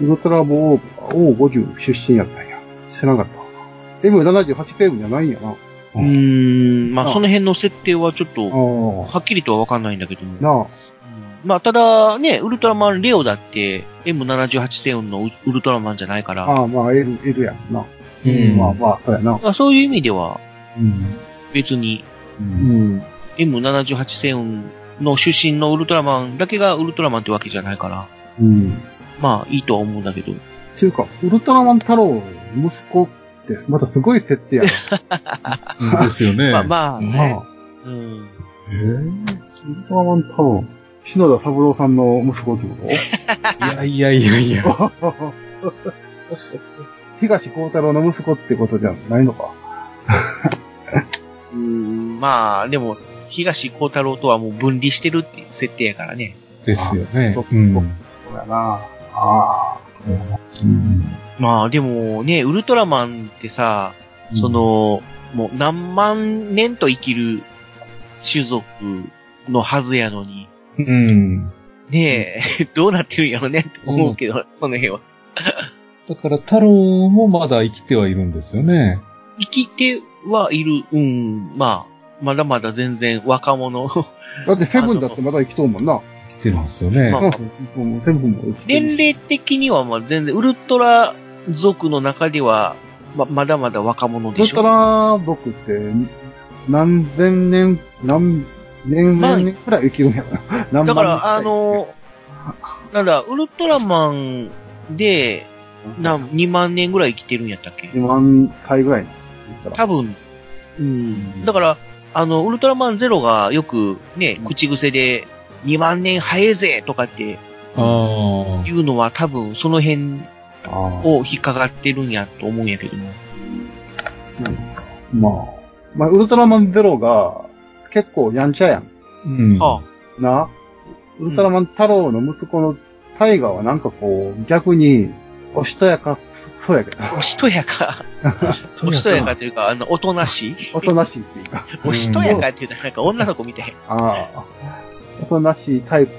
ウルトラボオーブ O50 出身やったんや。知らなかった。M78 ペームじゃないんやな。あ
うーん、まあ
あ
その辺の設定はちょっと、
あ。
はっきりとはわかんないんだけども。うん
なあ。
まあただね、ウルトラマンレオだって M78 セオンのウルトラマンじゃないから、
ああ、まあ、L、L やんな。
う
まあまあ、そうやな。
まあそういう意味では
うん。
別に
うん。
M78 セオンの出身のウルトラマンだけがウルトラマンってわけじゃないから、
うん。
まあいいとは思うんだけど。
っていうか、ウルトラマン太郎の息子って、またすごい設定やな。
うんですよね。
まあまあね。
なあ
うん。
えー
ウルトラマンタロウ。篠田三郎さんの息子ってこと
いやいやいやいや。
東光太郎の息子ってことじゃないのか。
うーん、まあ、でも、東光太郎とはもう分離してるっていう設定やからね。
ですよね
あそっ。か
うん。
そうやな。ああ。
まあ、でもね、ウルトラマンってさ、その、もう何万年と生きる種族のはずやのに、
うん。
ねえ、 どうなってるんやろねって思うけど、その辺は。
だから太郎もまだ生きてはいるんですよね。
生きてはいる、うん、まあ、まだまだ全然若者。
だってセブンだってまだ生きとんもんな。
生きてるんですよね。
まあ
うんうんセブンも生きてる。
年齢的にはまあ全然、ウルトラ族の中では、ま、まだまだ若者
ウ
で
ル
しょ。
トラ族って、何千年、何年、
まあ
何年くらい生きるんやろな。 何万年
だから、あ
くい
の、なんだ、ウルトラマンで、な、2万年ぐらい生きてるんやったっけ
生きてる、2万回ぐらい。
多分、うん。だから、あの、ウルトラマンゼロがよくね、口癖で、2万年早えぜとかって
ああ
い。うのは多分その辺
ああ。
を引っかかってるんやと思うんやけども。
まあ。まあ、ウルトラマンゼロが、結構やんちゃやん。
うん。
は
な、ウルトラマン太郎の息子のタイガーはなんかこう、逆に、おしとやか、そうや けど、
あ、おしとやか、おしとやかというか、あの、おとなしい。
おとなしいっていうか、
おしとやかって言ったらなんか女の子みたい。
ああ、おとなしいタイプ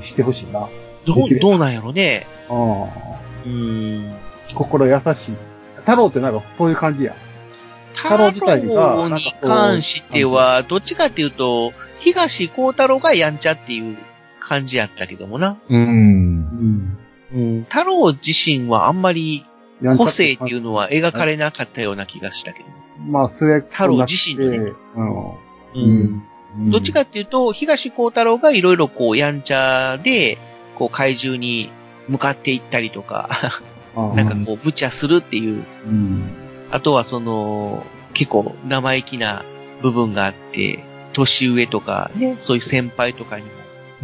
にしてほしいな。あ
ど
でき
う、
る
どうなんやろね。
あ、
うーん。
心優しい。太郎ってなんかそういう感じや。
太
太
郎
郎自体がなんかこう
に関しては、どっちかっていうと、東光太郎がやんちゃっていう感じやったけどもな。
うん。
ん。
うん。太郎自身はあんまり
やんちゃ。
個性っていううのは描かれなかったような気がしたけど。
まあ、末っ子
太郎自身の
に
ね
なって
うん。
うん。
どっちかっていうと、東光太郎がいろいろこうやんちゃで、こう怪獣に向かっていったりとか、
うん、
なんかこう無茶するっていう
うん。
あとはその、結構生意気な部分があって、年上とかね、そういう先輩とかにも、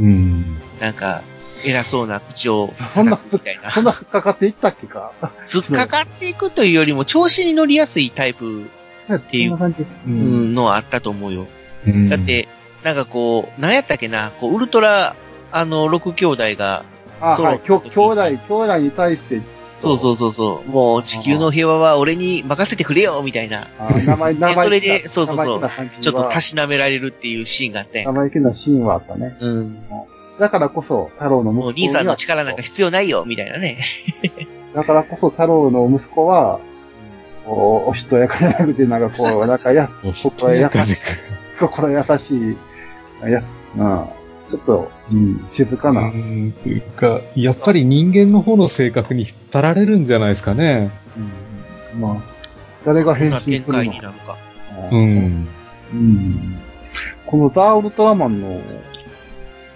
うん。
なんか、偉そうな口を
そんな
叩くみたいな。
そんな引っかかっていったっけか
突っかかっていくというよりも、調子に乗りやすいタイプ
って
いう
感じ。
う。
うんんのはあったと思うよ。
うん
だっ、て、なんかこう、なんやったっけな、こう、ウルトラ、あの、6兄弟が、
あ、
そう
はい、きょ兄弟、兄弟に対して、
そうそうそうそう、もう地球の平和は俺に任せてくれよ、みたいな、
あ名前、名前。
それでそうそう
生意
そう
気な感じは
ちょっとたしなめられるっていうシーンがあったやん。
生意気なシーンはあったね。
うん。
だからこそ、太郎の息子
もう兄さんの力なんか
に
必要ないよ、みたいなね。
はだからこそ、太郎の息子は、こう、おしとやかじゃなくて、なんかこう、なんかや、
おしとやかで。
心優しい、や、うん。ちょっと、うん、静かな。
うんというか、やっぱり人間の方の性格に引っ張られるんじゃないですかね。
うんまあ、誰が
こん
変
な
身
展
する
開
の
になるか。
う。ん。
うん。このザ・ウルトラマンの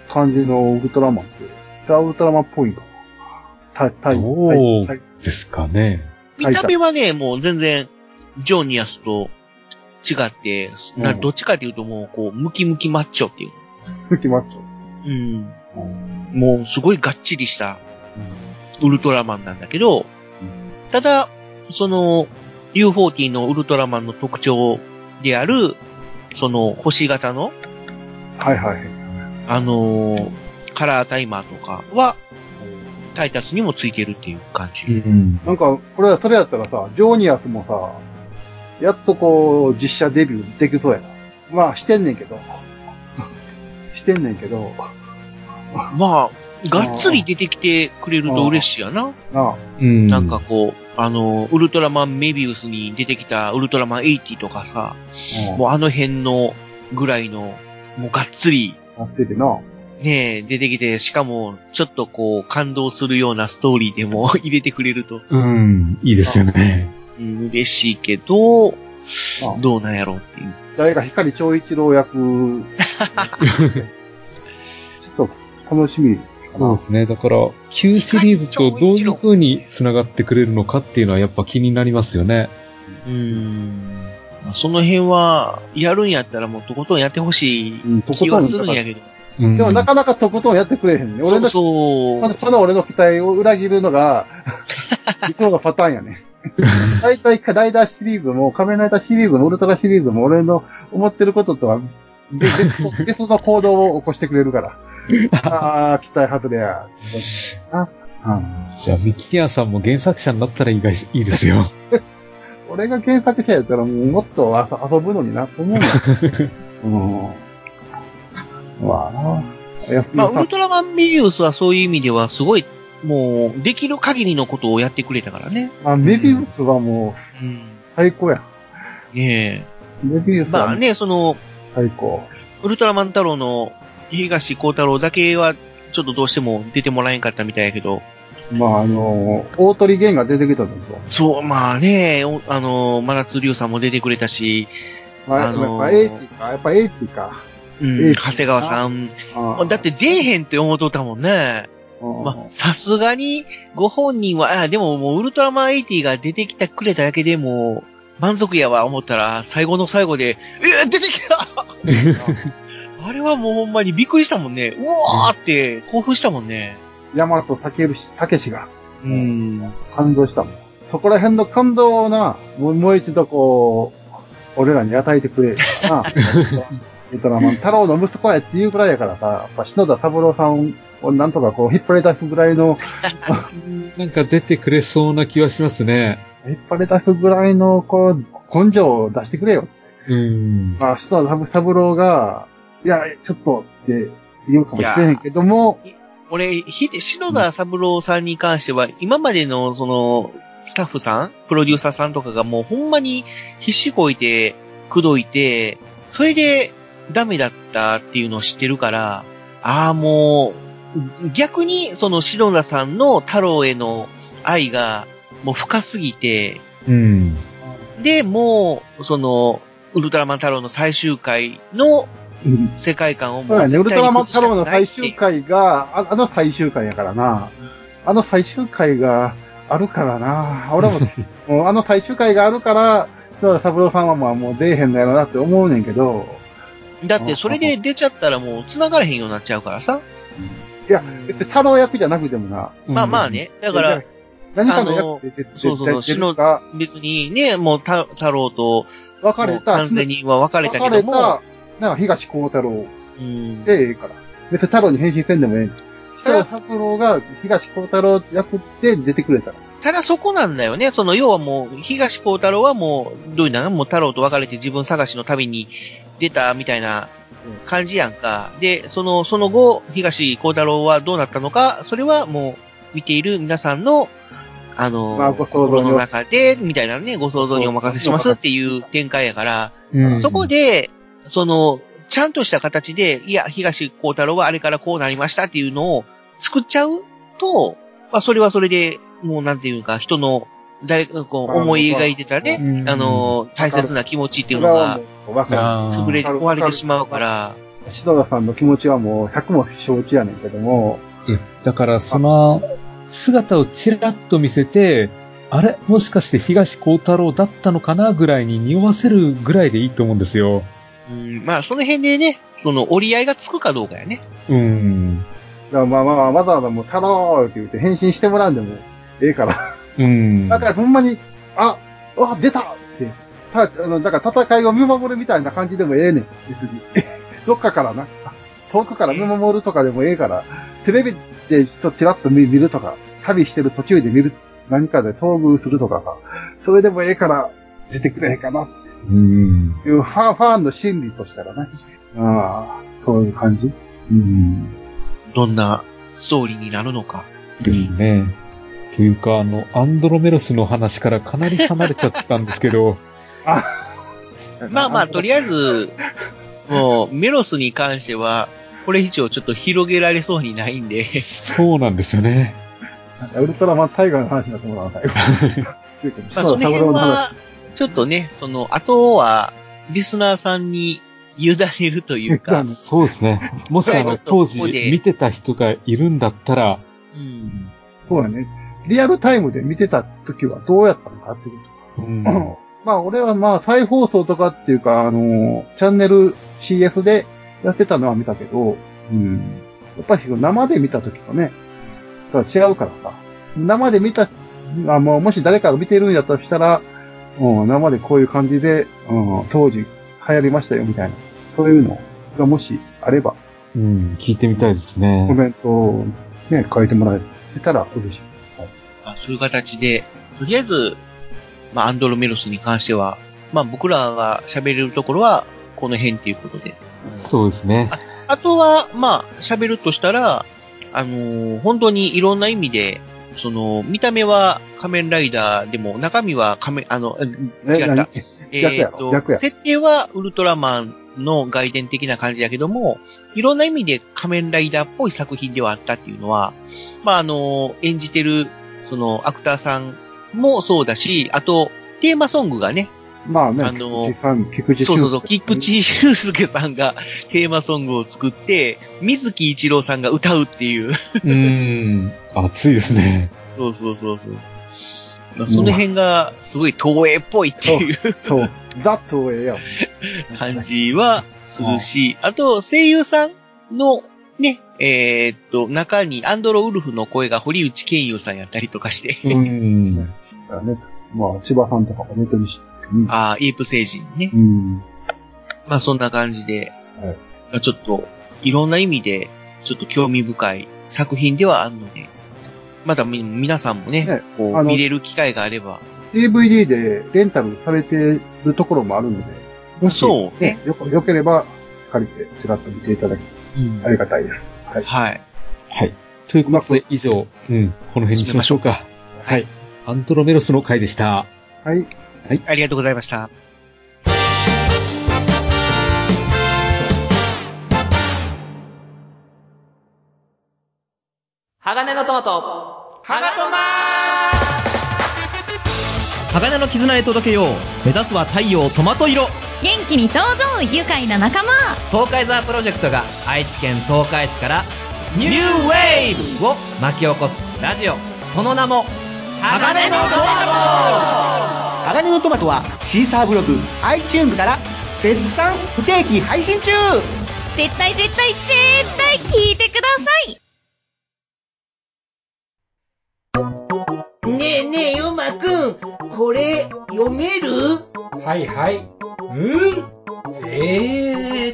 感じのウルトラマンって、ザ・ウルトラマンっぽいんかな。タイ、タイ、
お
タ
ー
イ、タイ
ですかね。
見た目はね、もう全然、ジョーニアスと違って、な
うん
どっちかというともう、こう、ムキムキマッチョっていう。
吹きまっちゃう。
うん。もう、すごいがっちりした、ウルトラマンなんだけど、ただ、その、U40 のウルトラマンの特徴である、その、星型の、
はいはい。
あのーカラータイマーとかは、タイタスにもついてるっていう感じ。
ん。
なんか、これ、それやったらさ、ジョーニアスもさ、やっとこう、実写デビューできそうやな。まあ、してんねんけど。 してんねんけど、
まあ、がっつり出てきてくれると嬉しいやな。
なあ、
うん。
なんかこう、あの、ウルトラマンメビウスに出てきたウルトラマン80とかさ、もうあの辺のぐらいの、もうがっつり、
なっててな。
ねえ、出てきて、しかも、ちょっとこう、感動するようなストーリーでも 入れてくれると、
うん。いいですよね。
うん、嬉しいけど、
あ
どうなんやろうっていう。
誰か光長一郎役、 ちょっと楽しみか
そう
な
で。すね。だから、旧シリーズとどういう風に繋がってくれるのかっていうのはやっぱ気になりますよね。
うーん。まあその辺は、やるんやったらもうとことんやってほしい
うんとこと
気
んや
は
っ
す
た
る
ら
んやけど。
うん
でもなかなかとことんやってくれへんね。俺
そう
の、
そう。
まだただ俺の期待を裏切るの が、いつものパターンやね。大体、ライダーシリーズも、仮面ライダーシリーズも、ウルトラシリーズも、俺の思ってることとは、べ別別の行動を起こしてくれるから。ああ、期待外れや。あうん
じゃあ、ミキティアンさんも原作者になったらいいがいいです よ。
俺が原作者やったらもうもっとあそ遊ぶのになと思うの。うん。まあな。いや
まあ、ウルトラマンメビウスはそういう意味では、すごい、もう、できる限りのことをやってくれたからね。
まあ、メビウスはもう
うん。
最高や。
ね
メビウ
え。
ス
ま
は
あね、その、
最高。
ウルトラマン太郎の東光太郎だけは、ちょっとどうしても出てもらえんかったみたいやけど、
まあ、あの、大鳥源が出てきたんですよ。
そう、まあね、おあの、真夏龍さんも出てくれたし、
まあ、
あのー
やっぱ H か。やっぱ H か。え
うん、
え
長谷川さん。
あー
だっ、て出えへんって思っとったもんね。
うん
まあ、さすがに、ご本人は、あでももうウルトラマン80が出てきたくれただけでもう、満足やわ思ったら、最後の最後で、えー出てきたあれはもうほんまにびっくりしたもんね。うわーって興奮したもんね。
ヤマトタケルシ、タケシが
うん。
感動したもん。そこら辺の感動をな、もうもう一度こう、俺らに与えてくれ。 なウルトラマン、太郎の息子やっていうぐらいやからさ、やっぱ篠田三郎さんをなんとかこう引っ張り出すぐらいの、
なんか出てくれそうな気はしますね。
引っ張り出すぐらいのこう、根性を出してくれよ。
うん。
まあ、篠田三郎が、いや、ちょっとって言うかもしれへんけども、
俺、ひで、篠田三郎さんに関しては、今までの、その、スタッフさん、プロデューサーさんとかがもうほんまに必死こいて、くどいて、それでダメだったっていうのを知ってるから、ああ、もう、逆に、その篠田さんの太郎への愛が、もう深すぎて、
うん。
で、もう、その、ウルトラマン太郎の最終回の
うん
世界観を
そ
も
うや
う
ね、
絶
ウルト
対に
ラマン太
崩したく
郎の
ないっ
最
て
終回が、ああの最終回やからな。あの最終回があるからな。俺 も、もうあの最終回があるから、だから三郎さんはまあもう出えへんのやろなって思うねんけど、
だって、それで出ちゃったらもう繋がれへんようになっちゃうからさ。
いや、別に太郎役じゃなくてもな。
まあまあね。だから、、
何かの役で出て
そうそうそう
出てるか、
別にね、もうた太郎と、
別
も
れ
う
た、
完全には別れたけど
別れ
も
た、なんか東光太郎
うん。
でええから。別に太郎に変身せんでもええねん。したら三郎が東光太郎役で出てくれたら。
ただそこなんだよね。その、要はもう、東光太郎はもう、どういうのもう太郎と別れて自分探しの旅に出たみたいな感じやんか。で、その、その後、東光太郎はどうなったのか、それはもう、見ている皆さんの、あの、
まあご想像に
心の中で、みたいなね、ご想像にお任せしますっていう展開やから、
うん
そこ、で、その、ちゃんとした形で、いや、東光太郎はあれからこうなりましたっていうのを作っちゃうと、まあ、それはそれで、もうなんていうか、人の、誰かこう、思い描いてたね、
うん
あの、大切な気持ちっていう
それ
の
は
が
も、うわかる。
あー
潰れ、壊れてしまうから、
篠田さんの気持ちはもう100も承知やねんけども、
うんだから、その、姿をちらっと見せて、あれもしかして東光太郎だったのかなぐらいに匂わせるぐらいでいいと思うんですよ。
うん、まあ、その辺でね、その折り合いがつくかどうかやね。
うん。
だからまあまあ、わざわざもう、太郎って言って変身してもらんでもええから。
うん。
だからほんまに、あ、あ、出たって。たあの、だから戦いを見守るみたいな感じでもええねん。別に。 どっかからな。遠くから見守るとかでもええから、テレビでちょっとチラッと見見るとか、旅してる途中で見る、何かで遭遇するとかさ、それでもええから出てくれへんかなっ
うん。
いうファン、ファンの心理としたらね。ああ、そういう感じ。うん。
どんなストーリーになるのか。
ですね。というか、あの、アンドロメロスの話からかなり離れちゃったんですけ ど、
まあまあ、とりあえず、もう、メロスに関しては、これ以上ちょっと広げられそうにないんで、
そうなんですよね。
あえず。ウルトラマンタイガーの話になってもらわないと。っていうか
まあ、その辺。
話
は、ちょっとね、その、あとは、リスナーさんに委ねるという か、
そうです ね。もしあ
ちょ
の、
っとこ
当
こで
時見てた人がいるんだったら、
うん。
そうやね。リアルタイムで見てた時はどうやったのかっていう
うん
こと。 まあ俺はまあ再放送とかっていうか、あのーチャンネル CS でやってたのは見たけど、うん。やっぱり生で見た時とね、とは違うからさ。生で見た、あもうもし誰かが見てるんやったとしたら、うん、生でこういう感じで、うん、当時流行りましたよみたいな。そういうのがもしあれば、
うん、聞いてみたいです
コ
ね。
メントをね、書いてもらえたら嬉しい。
まあ、そういう形で、とりあえず、まあ、アンドロメロスに関しては、まあ、僕らが喋れるところは、この辺っていうことで。
そうですね。
あとは、まあ、喋るとしたら、あのー本当にいろんな意味で、その、見た目は仮面ライダーでも、中身は仮面、あの、え
ね
違った。
何逆
え
や
っ
ろ
と
逆や、
設定はウルトラマンの外伝的な感じだけども、いろんな意味で仮面ライダーっぽい作品ではあったっていうのは、まあ、あの、演じてる、その、アクターさんもそうだし、あと、テーマソングがね、
まあね、
あの
菊
ー
池さん、菊池
そうそうそう、
俊介
菊池修介さんがテーマソングを作って、水木一郎さんが歌うっていう、
うん。暑いですね。
そうそうそうそう。まあその辺が、すごい東映っぽいっていう
そう。ザ・東映や。
感じはするし、あと声優さんのね、えーっと、中にアンドロウルフの声が堀内健優さんやったりとかして、
うん。
だね。まあ、千葉さんとかもネットにし、うん。
ああ、イープ星人ね。
うん。
まあそんな感じで、
はい
まあちょっと、いろんな意味で、ちょっと興味深い作品ではあるので、まだみ皆さんもね、
ね
こ
あの
う見れる機会があれば、
DVD でレンタルされてるところもあるので、もし、
そうね
ね、よよければ、借りて、ちらっと見ていただき、ありがたいです。はい。
はい。
はい。ということで、以上、うん、この辺にしましょうか。はい。アントロメロスの回でした。
はい。
ありがとうございました。
鋼のトマト。ハガトマ
鋼の絆へ届けよう目指すは太陽トマト色
元気に登場愉快な仲間
東海ザープロジェクトが愛知県東海市からニューウェイブを巻き起こすラジオその名も鋼のトマ
鋼のトマトはシーサーブログ iTunes から絶賛不定期配信中
絶対絶対絶対聞いてください
ねえねえ、ヨマくん、これ、読める
はいはい。うんえー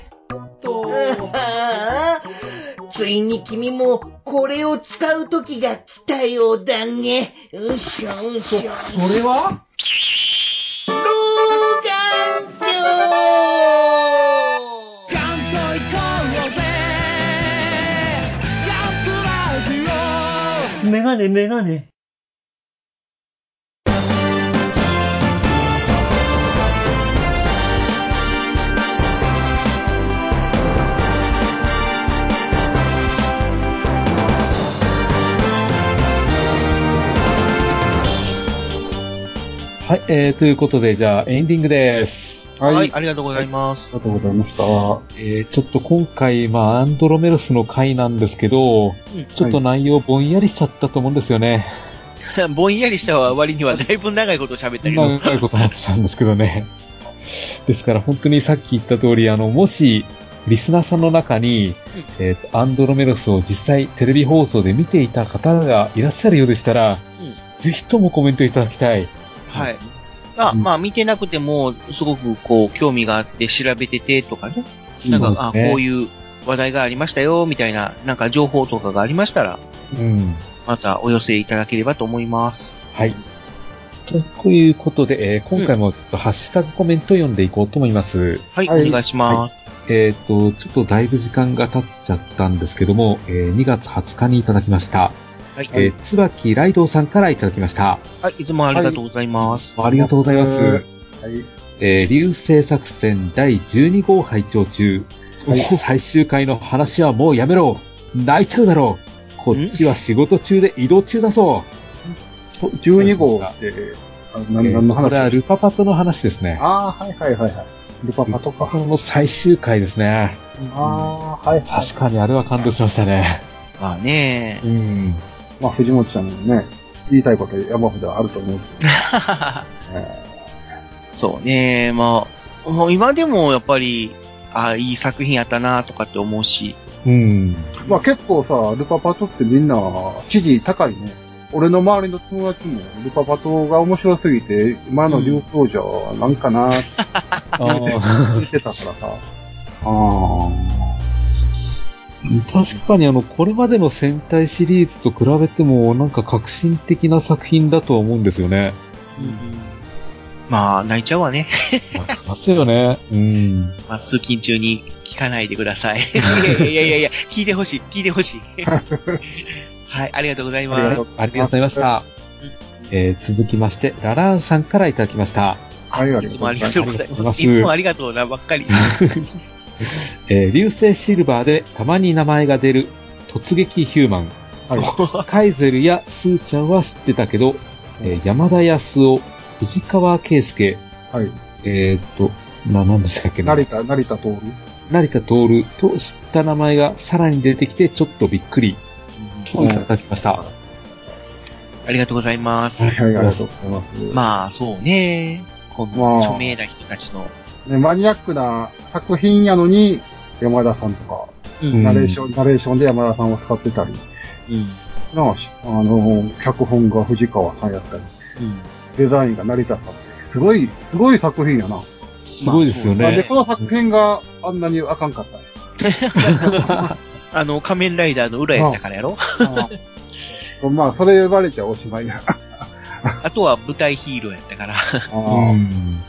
っと、
ああ ついに君も、これを使う時が来たようだね。うしょうしょ。
それは
老眼鏡
メガネメガネ
はい、えー、ということで、じゃあ、エンディングです。
はい、
はい。あり
ありがとうございます。
がとうございました。
えー、ちょっと今回、まあ、アンドロメロスの回なんですけど、ちょっと内容ぼんやりしちゃったと思うんですよね。
ぼんやりした割にはだいぶ長いこと喋ったけど、
長いことなってたんですけどね。 ですから本当にさっき言った通り、あの、もし、リスナーさんの中に、えーとアンドロメロスを実際テレビ放送で見ていた方がいらっしゃるようでしたら、ぜひともコメントいただきたい。
はい。まあ、
うん
まあ、見てなくても、すごくこう、興味があって調べててとかね。なんか、
そう
あ、
ですね
こういう話題がありましたよ、みたいな、なんか情報とかがありましたら、
うん。
またお寄せいただければと思います。
はい。ということで、えー今回もちょっとハッシュタグコメントを読んでいこうと思います。
はい、
はい
お願いします。
えっ、と、ちょっとだいぶ時間が経っちゃったんですけども、えー2月20日にいただきました。
はい、
えー、椿ライドウさんからいただきました。
はい、いつもありがとうございます。
ありがとうございます。
はい。
えー、流星作戦第12号拝聴中、最終回の話はもうやめろ泣いちゃうだろうこっちは仕事中で移動中だそう
と12号って、あ
え
何
ー
何の
これは
話
ルパパとの話ですね。
ああ、はいはいはいはい。ルパパと
こ
か。
の最終回ですね。
ああ、はいはい。
確かにあれは感動しましたね。
まあ ね
うん。
まあ、藤本ちゃんのね、言いたいこと山ほどあると思うけど、え
そうね、まあ、もう今でもやっぱり、あいい作品やったなとかって思うし。
うん。
まあ結構さ、ルパパトってみんな支持高いね。俺の周りの友達も、ルパパトが面白すぎて、今の流行じゃなんかなって
あ
言ってたからさ。ああ。
ー確かにあの、これまでの戦隊シリーズと比べても、なんか革新的な作品だとは思うんですよ ね。
まあ、泣いちゃうわね。
ますよね。うん。
まあ、通勤中に聞かないでください。い やいやいやいや、聞いてほしい、聞いてほしい。はい、ありがとうござい
ありが
ま
とう
す。
ありがとうございました。えー続きまして、ララーンさんからいただきました。
はい、あり
い
がと
つ
う
もあ
ご
り
ざ
が
い
とう
ま
ご
す。
ざい
ありがとうござい
ま。
ますす
いつもありがとうなばっかり。
えー流星シルバーでたまに名前が出る突撃ヒューマン。
は
カイゼルやスーちゃんは知ってたけど、えー山田康夫、藤川圭介、
はい。
えー、っと、な、何でしたっけな
成田、成田徹。
成田徹と知った名前がさらに出てきてちょっとびっくりといただきました。
ありがとうございます。
はい、ありがとうございます。
まあ、そうね。こ
まあ
の著名な人たちの。
ね、マニアックな作品やのに、山田さんとか、
うん
ナレーション、ナレーションで山田さんを使ってたり、
うん。
なあ、しあの、脚本が藤川さんやったり、
うん。
デザインが成田さんって、すごい、すごい作品やな。
すごいですよ
な
まあ
んで
ね。
この作品があんなにあかんかったんや
あの、仮面ライダーの裏やったからやろ
あーまあ、それバレちゃおしまいや。
あとは舞台ヒーローやったから。
あ
う
ー
ん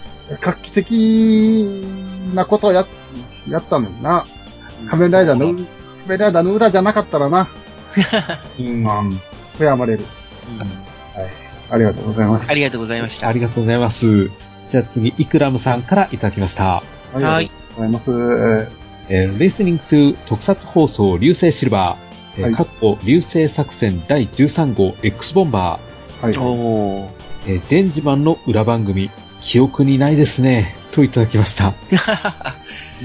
画期的なことをや、やったのにな。 仮面ライダーの、
うん
仮面ライダーの裏じゃなかったらな、
うん
悔やまれる。はい。ありがとうございます。
ありがとうございました。
ありがとうございます。じゃあ次、イクラムさんからいただきました。
ありがとうございます。
えー Listening to 特撮放送流星シルバー、えー
はい
かっこ流星作戦第13号 X ボンバ
はい。
おー。
ー、えーデンジマンの裏番組、記憶にないですね、といただきました。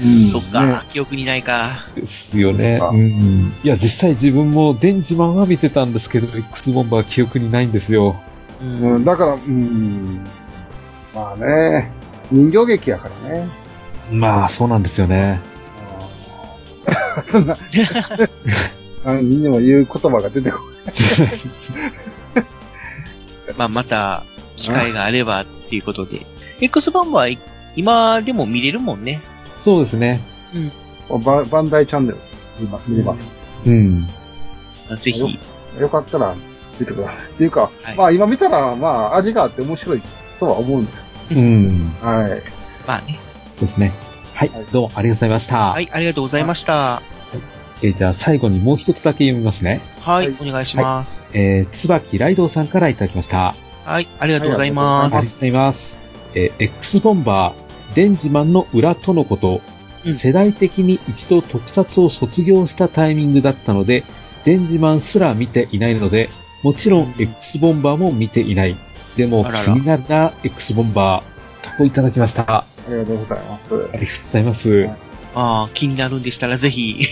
うん
そっか、記憶にないか。
ですよね。
そう
う
か
ん。いや、実際自分もデンジマンは見てたんですけど、X ボンバー記憶にないんですよ。
う
ねうん、だから、うん。まあね、人形劇やからね。
まあ、そうなんですよね。
あーそん な、何にも言う言葉が出てこない。
まあ、また、機会があればっていうことで。X バンバー、今でも見れるもんね。
そうですね。
ババンダイチャンネル、今、見れます。
うん。
ぜひ。
よかったら、見てください。っていうか、
はい
まあ今見たら、まあ味があって面白いとは思うんです。
うん。
はい。
まあね。
そうですね。はい
はい。
どうもありがとうございました。
はい、ありがとうございました。
えーじゃあ最後にもう一つだけ読みますね。
はい、
は
お願いします。
えー、椿ライドウさんからいただきました。
はい、ありがとうございま
ありがとう
す。
ございます。えー X ボンバー、デンジマンの裏とのこと、
うん
世代的に一度特撮を卒業したタイミングだったので、デンジマンすら見ていないので、もちろん X ボンバーも見ていない。でも
あらら
気になるな X ボンバー、といただきました。あ
ありがとうございます。
りがとうございます。
ああ、気になるんでしたら ぜひ、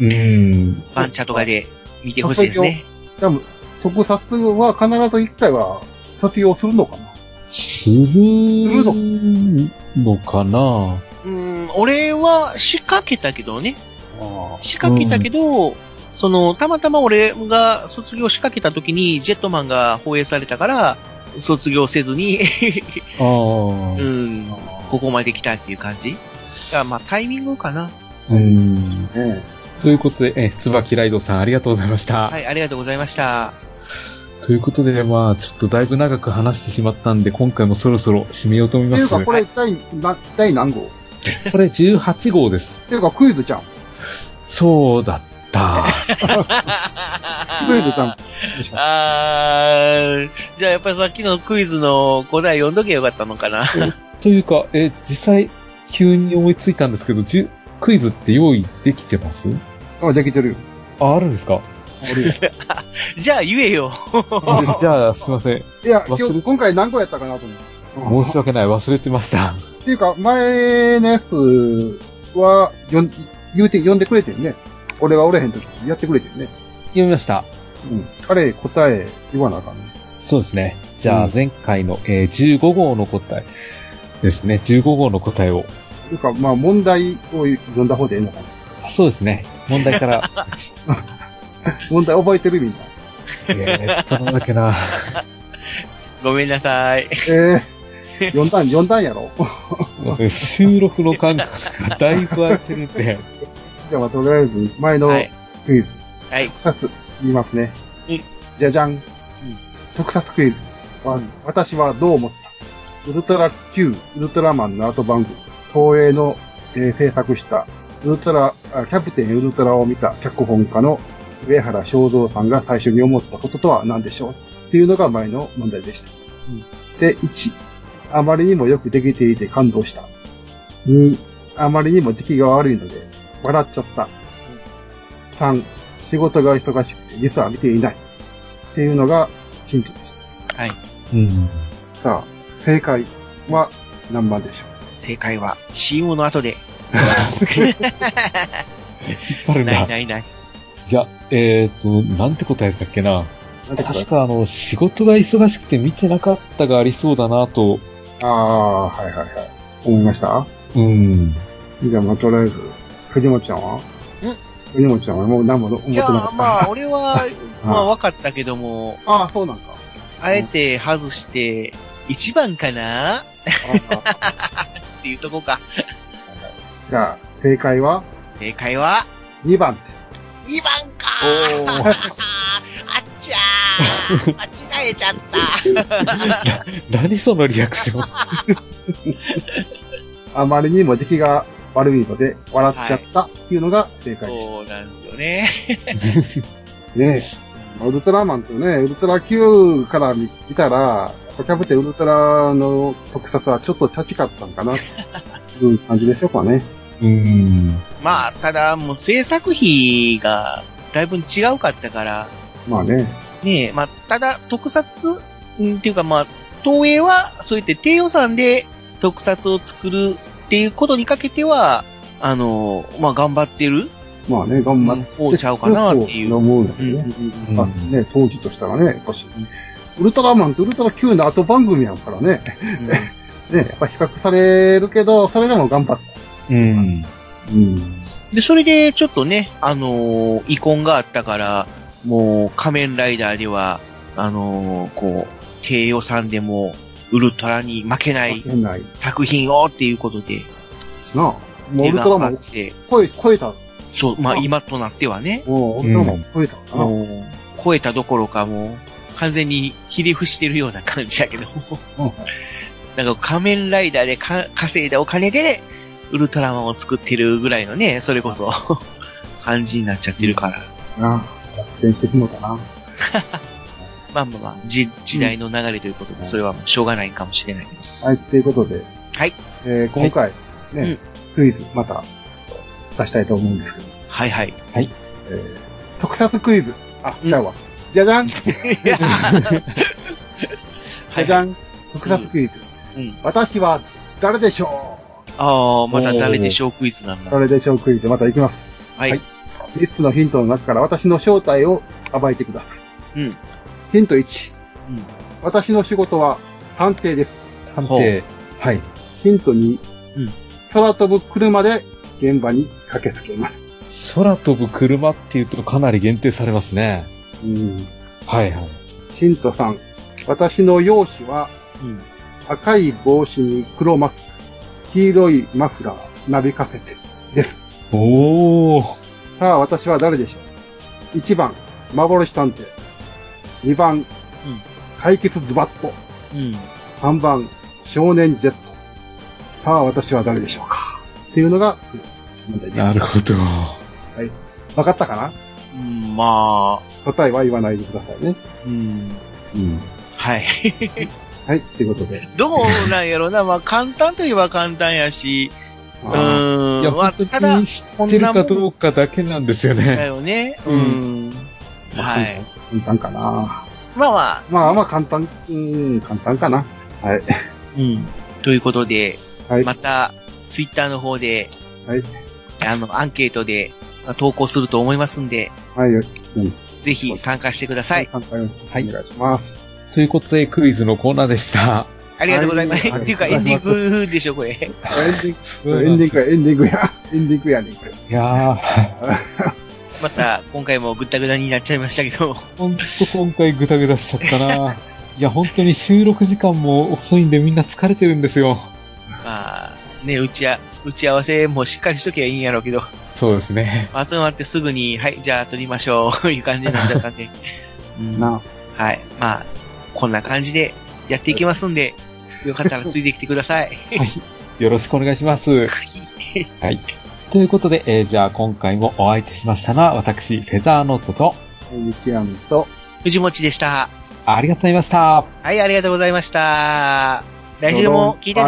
うん。
バンチャとかで見てほしいですね。
多分、特撮は必ず一回は卒業するのかな。
するのかな
うん、俺は仕掛けたけどね。
あ
仕掛けたけど、その、たまたま俺が卒業仕掛けた時に、ジェットマンが放映されたから、卒業せずに、
ああ。
うん、ここまで来たっていう感じ。だからまあ、タイミングかな。
うん。
あ。ね
ということで、えー、椿ライドウさんありがとうございました。
はい、ありがとうございました。
ということで、まあ、ちょっとだいぶ長く話してしまったんで、今回もそろそろ締めようと思い
え。
ま
って
す。
いうか、こ
こ
れ第な第何号っ
れ、18号です。
ていうか、クイズちゃん。
そうだった。
クイズちゃん。
あー、じゃあやっぱりさっきのクイズの答え読んどけばよかったのかな。
というか、えー、実際、急に思いついたんですけど、じゅクイズって用意できてます
あ、できてるよ。
あ、あるんです か
じゃあ言えよ。
じゃあ、すいません。
いや、今
忘れ
日、今回何個やったかなと思う。
申し訳ない。忘れてました。
っていうか、前のやつは、よん、言うて、呼んでくれてんね。俺がおれへん時やってくれてんね。
読みました。
うん。あれ、答え言わなあかんね。
そうですね。じゃ
う
あ
ん、
前回の、えー15号の答え。ですね、15号の答えを。
というか、まあ、問題を読んだ方でいいのかな。
そうです ね。問題から。
問題覚えてるみんな。
えー、そのだけな。
ごめんなさい。え
ー、読んだん、読んだんやろ。
収録の間隔がだいぶ空いてるんで。
じゃあ、まあ、とりあえず、前のクイズ。
はい。。
特撮、言いますね。うん。じゃじゃん。特撮クイズ。私はどう思ったウルトラ Q、ウルトラマンの後番組、東映の、えー、制作した、ウルトラ、キャプテンウルトラを見た脚本家の上原正蔵さんが最初に思ったこととは何でしょうっていうのが前の問題でした。うん、で、1、あまりにもよくできていて感動した。2、あまりにも出来が悪いので、笑っちゃった。3、仕事が忙しくて実は見ていない。っていうのがヒントでした
はい。
うん。
さあ、正解は何番でしょう
正解は CM の後で。
な,
ないないない。
いや、えっ、ー、と、なんて答えたっけな。確かあの、仕事が忙しくて見てなかったがありそうだなと。
ああ、はいはいはい。思いました
うん。
じゃあ、まあ、とりあえず、藤本ちゃんはん藤本ちゃんはもう何も思ってなかった。いや、
まあ、俺 は、まあ、分かったけども。
ああ、そうなんか。
あえて外して、一番かなっていうとこか
じゃあ、正解は
正解は
?2 番
です。2番かーあっちゃ ー間違えちゃった
何そのリアクション
あまりにも出来が悪いので、笑っちゃったっていうのが正解
です。そうなんですよね。
ねえ。ウルトラマンとね、ウルトラ Q から見たら、キャプテンウルトラの特撮はちょっとチャチかったん かな、という感じでしょうかね。
うん。。
まあ、ただ、もう制作費がだいぶ違うかったから。
まあね。
ねえ、まあ、ただ、特撮、んっていうかまあ、東映は、そうやって低予算で特撮を作るっていうことにかけては、あの、まあ、頑張ってる
まあね、頑張って。
方ちゃうかなっていう。
思うんだけどね。うん、まあね、当時としたらね、やっぱし。ウルトラマンとウルトラ Q の後番組やんからね。うん、ね、やっぱ比較されるけど、それでも頑張った
うん。
うん。
で、それでちょっとね、あのー、遺恨があったから、もう仮面ライダーでは、あのー、こう、低予算でも、ウルトラに負けない作品をっていうことで。
なあ、もうウルトラマン超え、超えた。
そう、まあ今となってはね。。
もうウルトラマン超えたな、うん。
超えたどころかもう、完全にひり伏してるような感じやけどもなんか仮面ライダーで稼いだお金で、ウルトラマンを作ってるぐらいのね、それこそ 感じになっちゃってるから
なあ、逆転的のかな。
まあまあまあ、時代の流れということで、それはしょうがないかもしれないけど。
はい、ということで。
はい。
えー、今回、ね、はい、クイズ、また、ちょっと出したいと思うんですけど。
はいはい。
はい。
えー、特撮クイズ。あ、じゃあわ。うんじゃじゃんじゃじゃん特撮クイズ、うんうん。私は誰でしょ
うああ、また誰でしょうクイズなんだ。
誰でしょうクイズ、また行きます。
はい。はい、
3つのヒントの中から私の正体を暴いてくださ
い。うん。
ヒント1。うん、私の仕事は探偵です。
探偵。はい。
ヒント2。うん、空飛ぶ車で現場に駆けつけます。
空飛ぶ車っていうとかなり限定されますね。
うん、
はいはい。
ヒント3。私の容姿は、うん、赤い帽子に黒マスク、黄色いマフラー、なびかせて、です。
おー。
さあ、私は誰でしょう ?1 番、幻探偵。2番、うん、解決ズバット。
うん、
3番、少年ジェット。さあ、私は誰でしょうかっていうのが、
なるほど。
はい。わかったかな
うん、まあ。
答えは言わないでくださいね。
うん。
うん。
はい。
はい、ということで。
どうなんやろな、まあ簡単といえば簡単やし、
うーん。いや、まあ、ただ、知ってるかどうかだけなんですよね。
だよね。うん。はい。
簡単かな。
まあまあ。
まあまあ簡単、うん、簡単かな。はい。
うん。ということで、
はい、
また、ツイッターの方で、
はい。
あの、アンケートで、投稿すると思いますんで、、
はい、うん
ぜひ参加してください。
はい、参加お願いします、
はい。ということで、クイズのコーナーでした。
ありがとうございます。っていうか、エンディングでしょ、これ。エンデ
ィング、エンディングや、エンディングや、エンディングやね、これ。
いや
ー。また、今回もぐったぐたになっちゃいましたけど。
ほんと今回ぐたぐたしちゃった ないや、本当に収録時間も遅いんでみんな疲れてるんですよ。
まあ、ね、打ちあ、打ち合わせもしっかりしときゃいいんやろうけど。
そうですね。
集まってすぐに、はい、じゃあ撮りましょう、いう感じになっちゃったんで。
うん、な
はい。まあ、こんな感じでやっていきますんで、よかったらついてきてください。
はい。よろしくお願いします。はい。ということで、えー、じゃあ今回もお相手しましたのは、私、フェザーノットと、
ミキアンと、
藤持でした。
ありがとうございました。
はい、ありがとうございました。来週も聞いて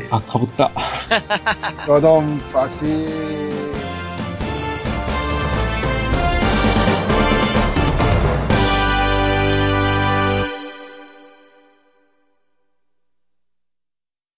ね。
あ、かぶった。
ドドンパシー。